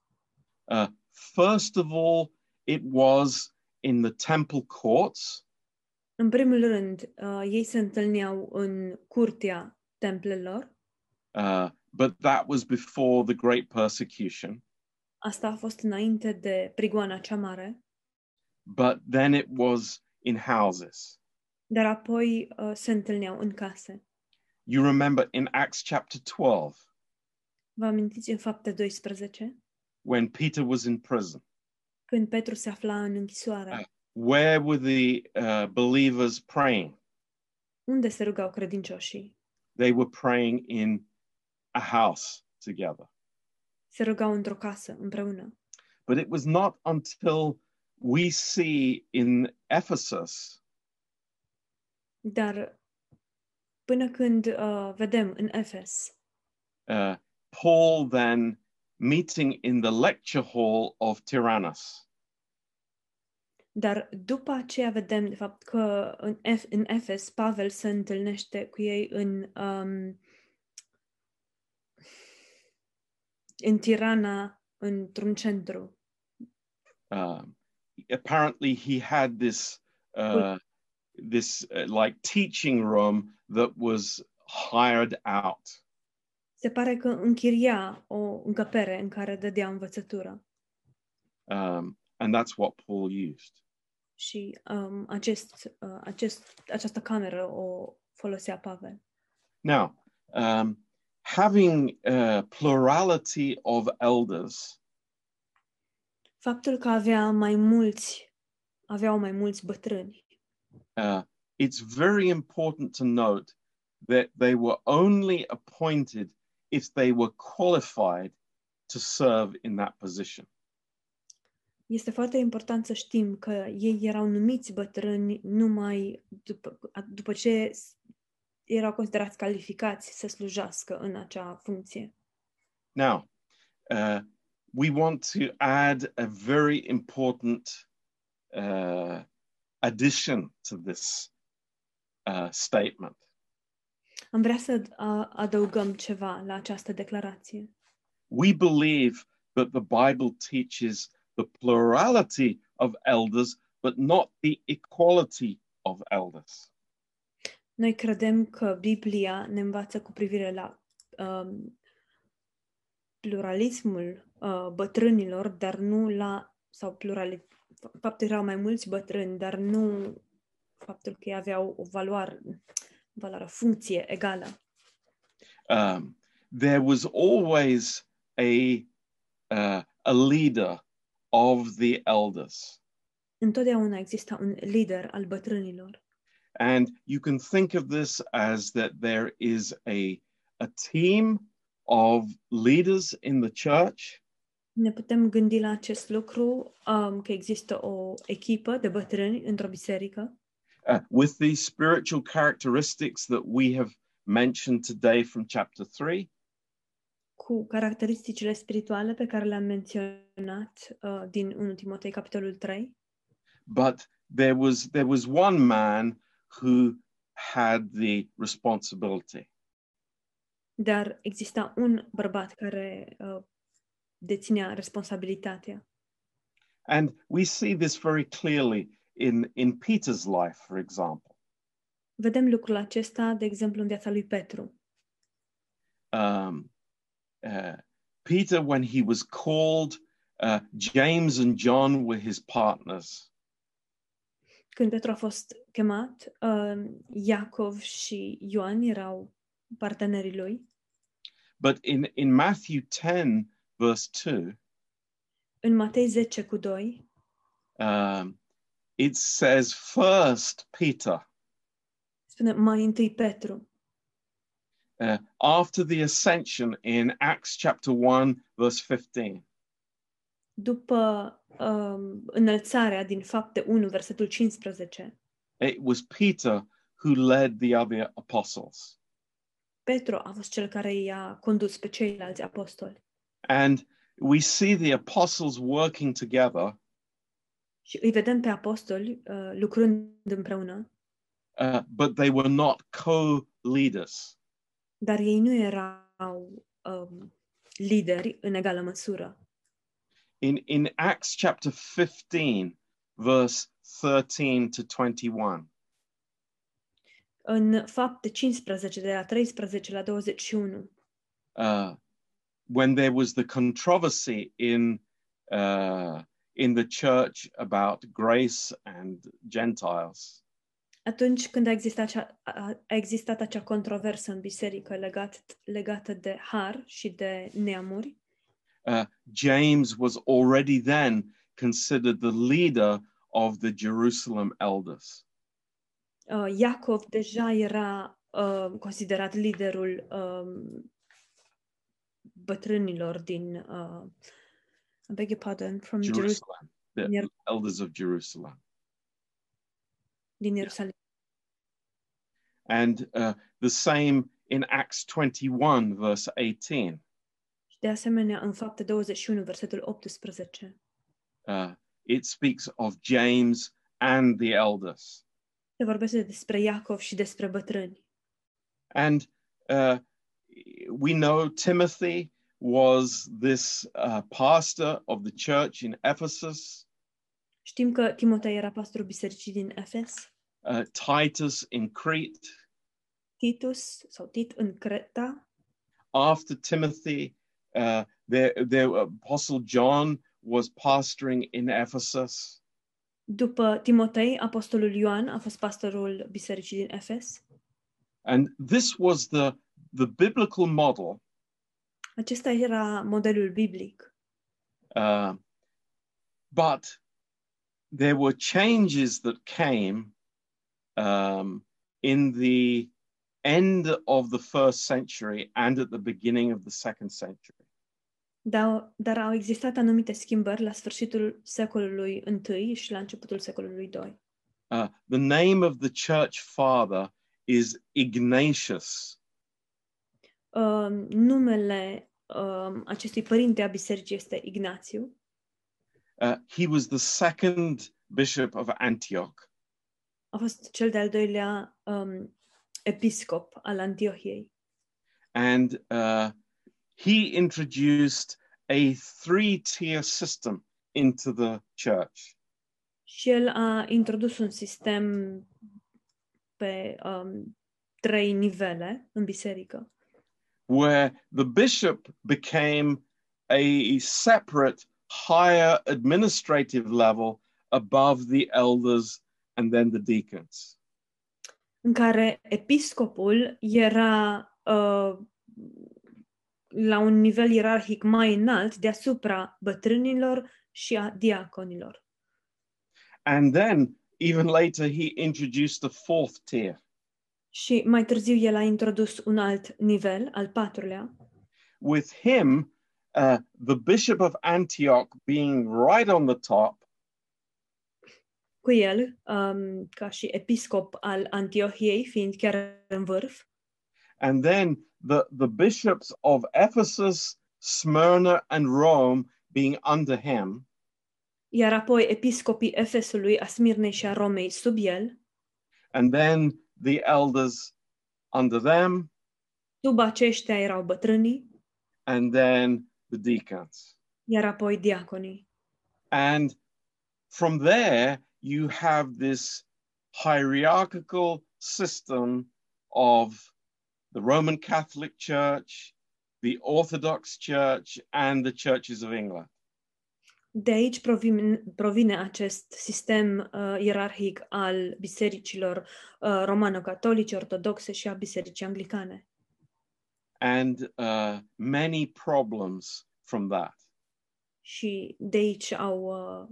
Speaker 1: Uh, first of all, it was in the temple courts,
Speaker 2: în primul rând, uh, ei se întâlneau în curtea templelor.
Speaker 1: Uh, but that was before the Great Persecution.
Speaker 2: Asta a fost înainte de prigoana cea mare,
Speaker 1: But then it was in houses.
Speaker 2: dar apoi uh, se întâlneau în case.
Speaker 1: You remember in Acts chapter 12
Speaker 2: Vă amintiți în fapte 12,
Speaker 1: when Peter was in prison?
Speaker 2: când Petru se afla în închisoare,
Speaker 1: Ah. Where were the uh, believers praying?
Speaker 2: unde se rugau credincioșii?
Speaker 1: They were praying in a house together.
Speaker 2: Se rugau într-o casă împreună.
Speaker 1: But it was not until we see in Ephesus
Speaker 2: Dar până când uh, vedem în Efes
Speaker 1: uh, Paul then meeting in the lecture hall of Tyrannus.
Speaker 2: Dar după aceea vedem, de fapt, că în, Ef- în Efes, Pavel se întâlnește cu ei în, um, în Tirana, într-un centru.
Speaker 1: Um, apparently, he had this uh, this uh, like teaching room that was hired out,
Speaker 2: Se pare că închiria o încăpere în care dădea învățătură
Speaker 1: um, and that's what Paul used.
Speaker 2: și um, acest, uh, acest, această cameră o folosea Pavel.
Speaker 1: Now, um, having a plurality of elders
Speaker 2: Faptul că avea mai mulți, aveau mai mulți bătrâni,
Speaker 1: uh, it's very important to note that they were only appointed if they were qualified to serve in that position.
Speaker 2: Este foarte important să știm că ei erau numiți bătrâni numai după, a- după ce s- erau considerați calificați să slujească în acea funcție.
Speaker 1: Now, uh, we want to add a very important uh, addition to this uh, statement.
Speaker 2: Am vrea să ad- a- adăugăm ceva la această declarație.
Speaker 1: We believe that the Bible teaches the plurality of elders, but not the equality of elders.
Speaker 2: Noi credem că Biblia ne învață cu privire la um, pluralismul uh, bătrânilor, dar nu la. sau plurali, faptul că erau mai mulți bătrâni, dar nu faptul că ei aveau o valoare, valoare, o funcție egală.
Speaker 1: um, there was always a uh, a leader of the elders,
Speaker 2: Întotdeauna exista un lider al bătrânilor
Speaker 1: and you can think of this as that there is a a team of leaders in the church,
Speaker 2: Ne putem gândi la acest lucru, um, că există o echipă de bătrâni într-o biserică
Speaker 1: uh, with the spiritual characteristics that we have mentioned today from chapter three,
Speaker 2: cu caracteristicile spirituale pe care le-am menționat uh, din 1 Timotei, capitolul 3,
Speaker 1: but there was there was one man who had the responsibility.
Speaker 2: dar exista un bărbat care uh, deținea responsabilitatea.
Speaker 1: And we see this very clearly in, in Peter's life, for example.
Speaker 2: Vedem lucrul acesta, de exemplu, în viața lui Petru.
Speaker 1: Um, uh, Peter, when he was called, uh, James and John were his partners.
Speaker 2: Când Petru a fost chemat, uh, Iacov și Ioan erau partenerii lui.
Speaker 1: But in, in Matthew 10, verse 2,
Speaker 2: În Matei 10 cu 2
Speaker 1: um, it says, First Peter,
Speaker 2: spune mai întâi Petru,
Speaker 1: uh, after the ascension in Acts chapter 1, verse 15.
Speaker 2: după um, înălțarea din fapte 1, versetul 15,
Speaker 1: It was Peter who led the other apostles.
Speaker 2: Petru a fost cel care i-a condus pe ceilalți apostoli
Speaker 1: And we see the apostles working together
Speaker 2: și îi vedem pe apostoli uh, lucrând împreună,
Speaker 1: uh, but they were not co-leaders.
Speaker 2: dar ei nu erau um, lideri în egală măsură.
Speaker 1: In in Acts chapter 15 verse 13 to 21.
Speaker 2: în fapte 15, de la 13 la 21,
Speaker 1: uh, when there was the controversy in uh, in the church about grace and Gentiles,
Speaker 2: atunci când a existat acea, a, a existat acea controversă în biserică legat, legată de har și de neamuri,
Speaker 1: uh, James was already then considered the leader of the Jerusalem elders.
Speaker 2: uh, Iacov deja era uh, considerat liderul um, bătrânilor din uh, I beg your pardon, from Jerusalem.
Speaker 1: Jerusalem, the
Speaker 2: Jer-
Speaker 1: elders of Jerusalem.
Speaker 2: din Ierusalim.
Speaker 1: And uh, the same in Acts 21, verse 18.
Speaker 2: Și de asemenea, în fapte 21, versetul 18,
Speaker 1: Uh, it speaks of James and the elders.
Speaker 2: se vorbește despre Iacov și despre bătrâni.
Speaker 1: And uh, we know Timothy was this uh, pastor of the church in Ephesus,
Speaker 2: Știm că Timotei era pastorul bisericii din Efes,
Speaker 1: uh, Titus in Crete.
Speaker 2: Titus sau Tit în Creta,
Speaker 1: After Timothy, uh, there, there, Apostle John was pastoring in Ephesus.
Speaker 2: după Timotei, apostolul Ioan a fost pastorul bisericii din Efes.
Speaker 1: And this was the, the biblical model
Speaker 2: Acesta era modelul biblic.
Speaker 1: Uh, but there were changes that came um, in the end of the first century and at the beginning of the second century.
Speaker 2: Dar, dar au existat anumite schimbări la sfârșitul secolului I și la începutul secolului II.
Speaker 1: Uh, the name of the church father is Ignatius,
Speaker 2: Um, numele um, acestui părinte a bisericii este Ignațiu.
Speaker 1: Uh, he was the second bishop of Antioch.
Speaker 2: A fost cel de-al doilea um, episcop al Antiohiei.
Speaker 1: And uh, he introduced a three tier system into the church.
Speaker 2: Și el a introdus un sistem pe um, trei nivele în biserică,
Speaker 1: where the bishop became a separate, higher administrative level above the elders and then the deacons.
Speaker 2: în care episcopul era uh, la un nivel ierarhic mai înalt deasupra bătrânilor și a diaconilor.
Speaker 1: And then, even later, he introduced a fourth tier,
Speaker 2: Și mai târziu el a introdus un alt nivel, al patrulea,
Speaker 1: with him, uh, the bishop of Antioch being right on the top,
Speaker 2: cu el, um, ca și episcop al Antiohiei, fiind chiar în vârf,
Speaker 1: and then the, the bishops of Ephesus, Smyrna, and Rome being under him.
Speaker 2: iar apoi episcopii Efesului, a Smirnei și a Romei sub el,
Speaker 1: and then the elders under them,
Speaker 2: sub aceștia erau bătrânii,
Speaker 1: and then the deacons.
Speaker 2: iar apoi diaconii.
Speaker 1: And from there, you have this hierarchical system of the Roman Catholic Church, the Orthodox Church, and the churches of England.
Speaker 2: De aici provine, provine acest sistem uh, ierarhic al bisericilor uh, romano-catolice, ortodoxe și a bisericii anglicane.
Speaker 1: And uh, many problems from that.
Speaker 2: Și de aici au uh,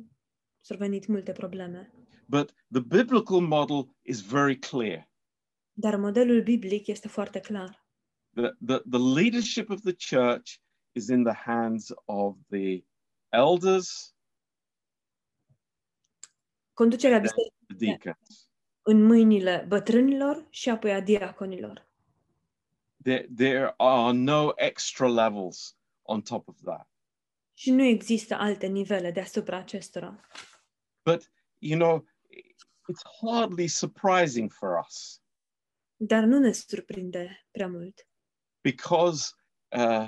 Speaker 2: survenit multe probleme.
Speaker 1: But the biblical model is very clear.
Speaker 2: Dar modelul biblic este foarte clar.
Speaker 1: the, the, the leadership of the church is in the hands of the elders,
Speaker 2: Conducerea bisericii
Speaker 1: the deacons.
Speaker 2: în mâinile bătrânilor și apoi a diaconilor.
Speaker 1: There, there are no extra levels on top of that.
Speaker 2: Și nu există alte nivele deasupra acestora.
Speaker 1: But, you know, it's hardly surprising for us
Speaker 2: Dar nu ne surprinde prea mult,
Speaker 1: because uh,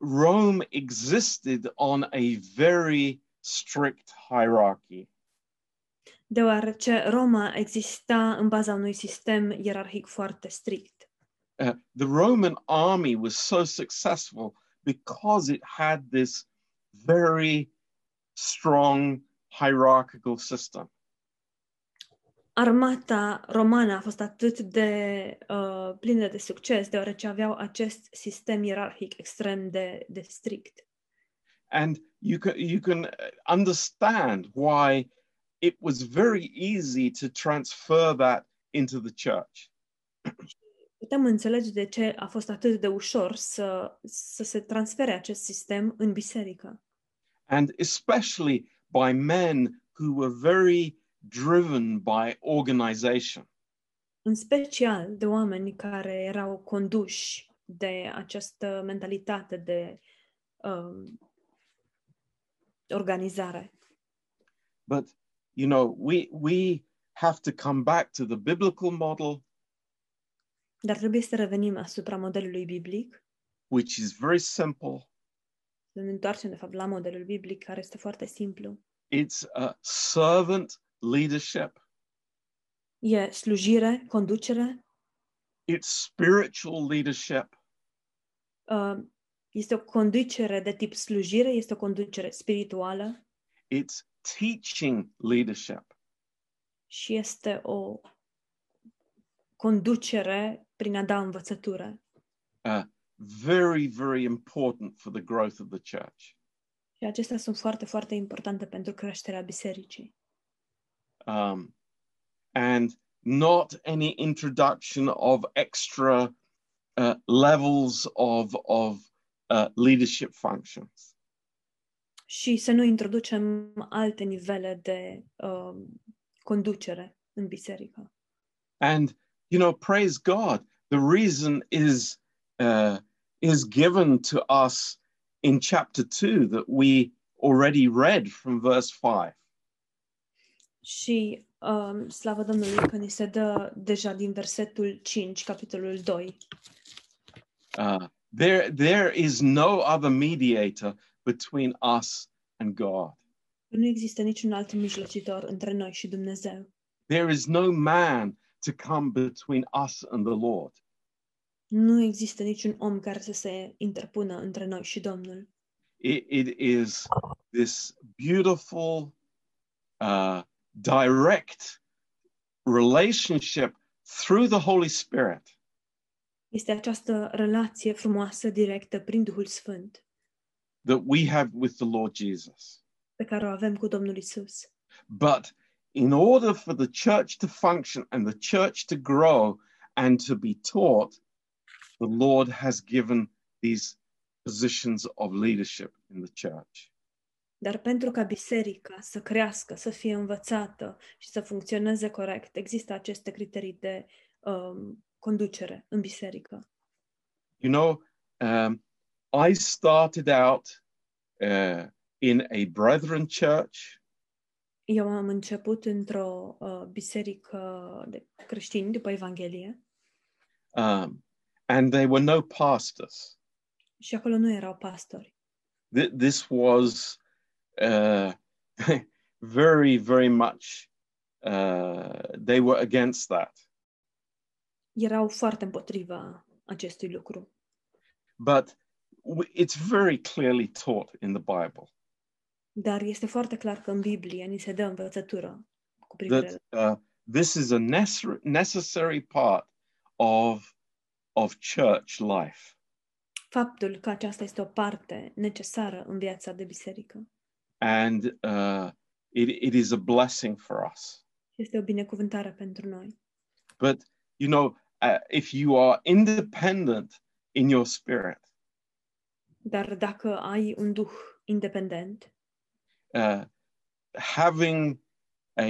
Speaker 1: Rome existed on a very strict hierarchy.
Speaker 2: deoarece Roma exista în baza unui sistem ierarhic foarte strict.
Speaker 1: Uh, the Roman army was so successful because it had this very strong hierarchical system.
Speaker 2: Armata romană a fost atât de uh, plină de succes, deoarece aveau acest sistem ierarhic extrem de, de strict.
Speaker 1: and you can you can uh, understand why it was very easy to transfer that into the church
Speaker 2: Putem înțelege de ce a fost atât de ușor să, să se transfere acest sistem în biserică.
Speaker 1: and especially by men who were very driven by organization
Speaker 2: În special de oameni care erau conduși de această mentalitate de um, organizare.
Speaker 1: but you know we we have to come back to the biblical model
Speaker 2: Dar trebuie să revenim asupra modelului biblic,
Speaker 1: which is very simple
Speaker 2: să ne întoarcem, de fapt, la modelul biblic, care este foarte simplu.
Speaker 1: it's a servant leadership
Speaker 2: E slujire, conducere,
Speaker 1: it's spiritual leadership
Speaker 2: uh, este o conducere de tip slujire, este o conducere spirituală,
Speaker 1: it's teaching leadership
Speaker 2: și este o conducere prin a da învățătură.
Speaker 1: very, very important for the growth of the church.
Speaker 2: Și acestea sunt foarte, foarte importante pentru creșterea bisericii.
Speaker 1: Um, and not any introduction of extra uh, levels of, of uh, leadership functions.
Speaker 2: Și să nu introducem alte nivele de uh, conducere în biserică.
Speaker 1: And, you know, praise God, the reason is, uh, is given to us in chapter two that we already read from verse five.
Speaker 2: Și uh, slavă Domnului că ni se dă deja din versetul 5, capitolul 2.
Speaker 1: Uh, there, there is no other mediator between us and God.
Speaker 2: Nu există niciun alt mijlocitor între noi și Dumnezeu.
Speaker 1: There is no man to come between us and the Lord.
Speaker 2: Nu există niciun om care să se interpună între noi și Domnul.
Speaker 1: It, it is this beautiful, uh, direct relationship through the Holy Spirit
Speaker 2: este această relație frumoasă, directă, prin Duhul Sfânt,
Speaker 1: that we have with the Lord Jesus.
Speaker 2: pe care o avem cu Domnul Isus.
Speaker 1: But in order for the church to function and the church to grow and to be taught, the Lord has given these positions of leadership in the church.
Speaker 2: Dar pentru ca biserica să crească, să fie învățată și să funcționeze corect, există aceste criterii de um, conducere în biserică.
Speaker 1: you know, um, I started out uh, in a brethren church,
Speaker 2: Eu am început într-o uh, biserică de creștini după Evanghelie
Speaker 1: um, and there were no pastors.
Speaker 2: și acolo nu erau pastori.
Speaker 1: Th- this was uh, very, very much, uh, they were against that.
Speaker 2: Erau foarte împotriva acestui lucru.
Speaker 1: But w- it's very clearly taught in the Bible
Speaker 2: Dar este foarte clar că în Biblie ni se dă învățătură cu privire la
Speaker 1: that uh, this is a necessar- necessary part of, of church life.
Speaker 2: faptul că aceasta este o parte necesară în viața de biserică.
Speaker 1: and uh, it, it is a blessing for us.
Speaker 2: Este o binecuvântare pentru noi.
Speaker 1: But you know, uh, if you are independent in your spirit,
Speaker 2: Dar dacă ai un duh independent,
Speaker 1: uh, having a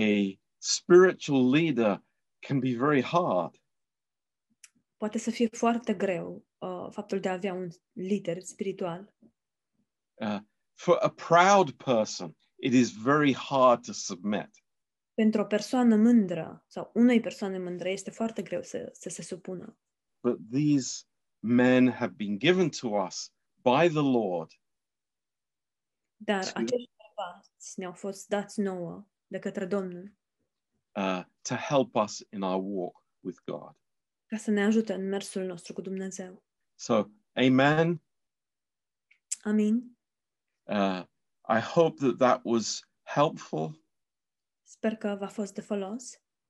Speaker 1: spiritual leader can be very hard.
Speaker 2: poate să fie foarte greu uh, faptul de a avea un lider spiritual.
Speaker 1: For a proud person, it is very hard to submit.
Speaker 2: Pentru o persoană mândră sau unei persoane mândre este foarte greu să, să se supună.
Speaker 1: But these men have been given to us by the Lord
Speaker 2: Dar
Speaker 1: Sigur.
Speaker 2: acești bărbați ne-au fost dați nouă de către Domnul
Speaker 1: uh, to help us in our walk with God.
Speaker 2: ca să ne ajute în mersul nostru cu Dumnezeu.
Speaker 1: So, amen.
Speaker 2: Amin.
Speaker 1: Uh, I hope that that was helpful.
Speaker 2: Sper că v-a fost de folos.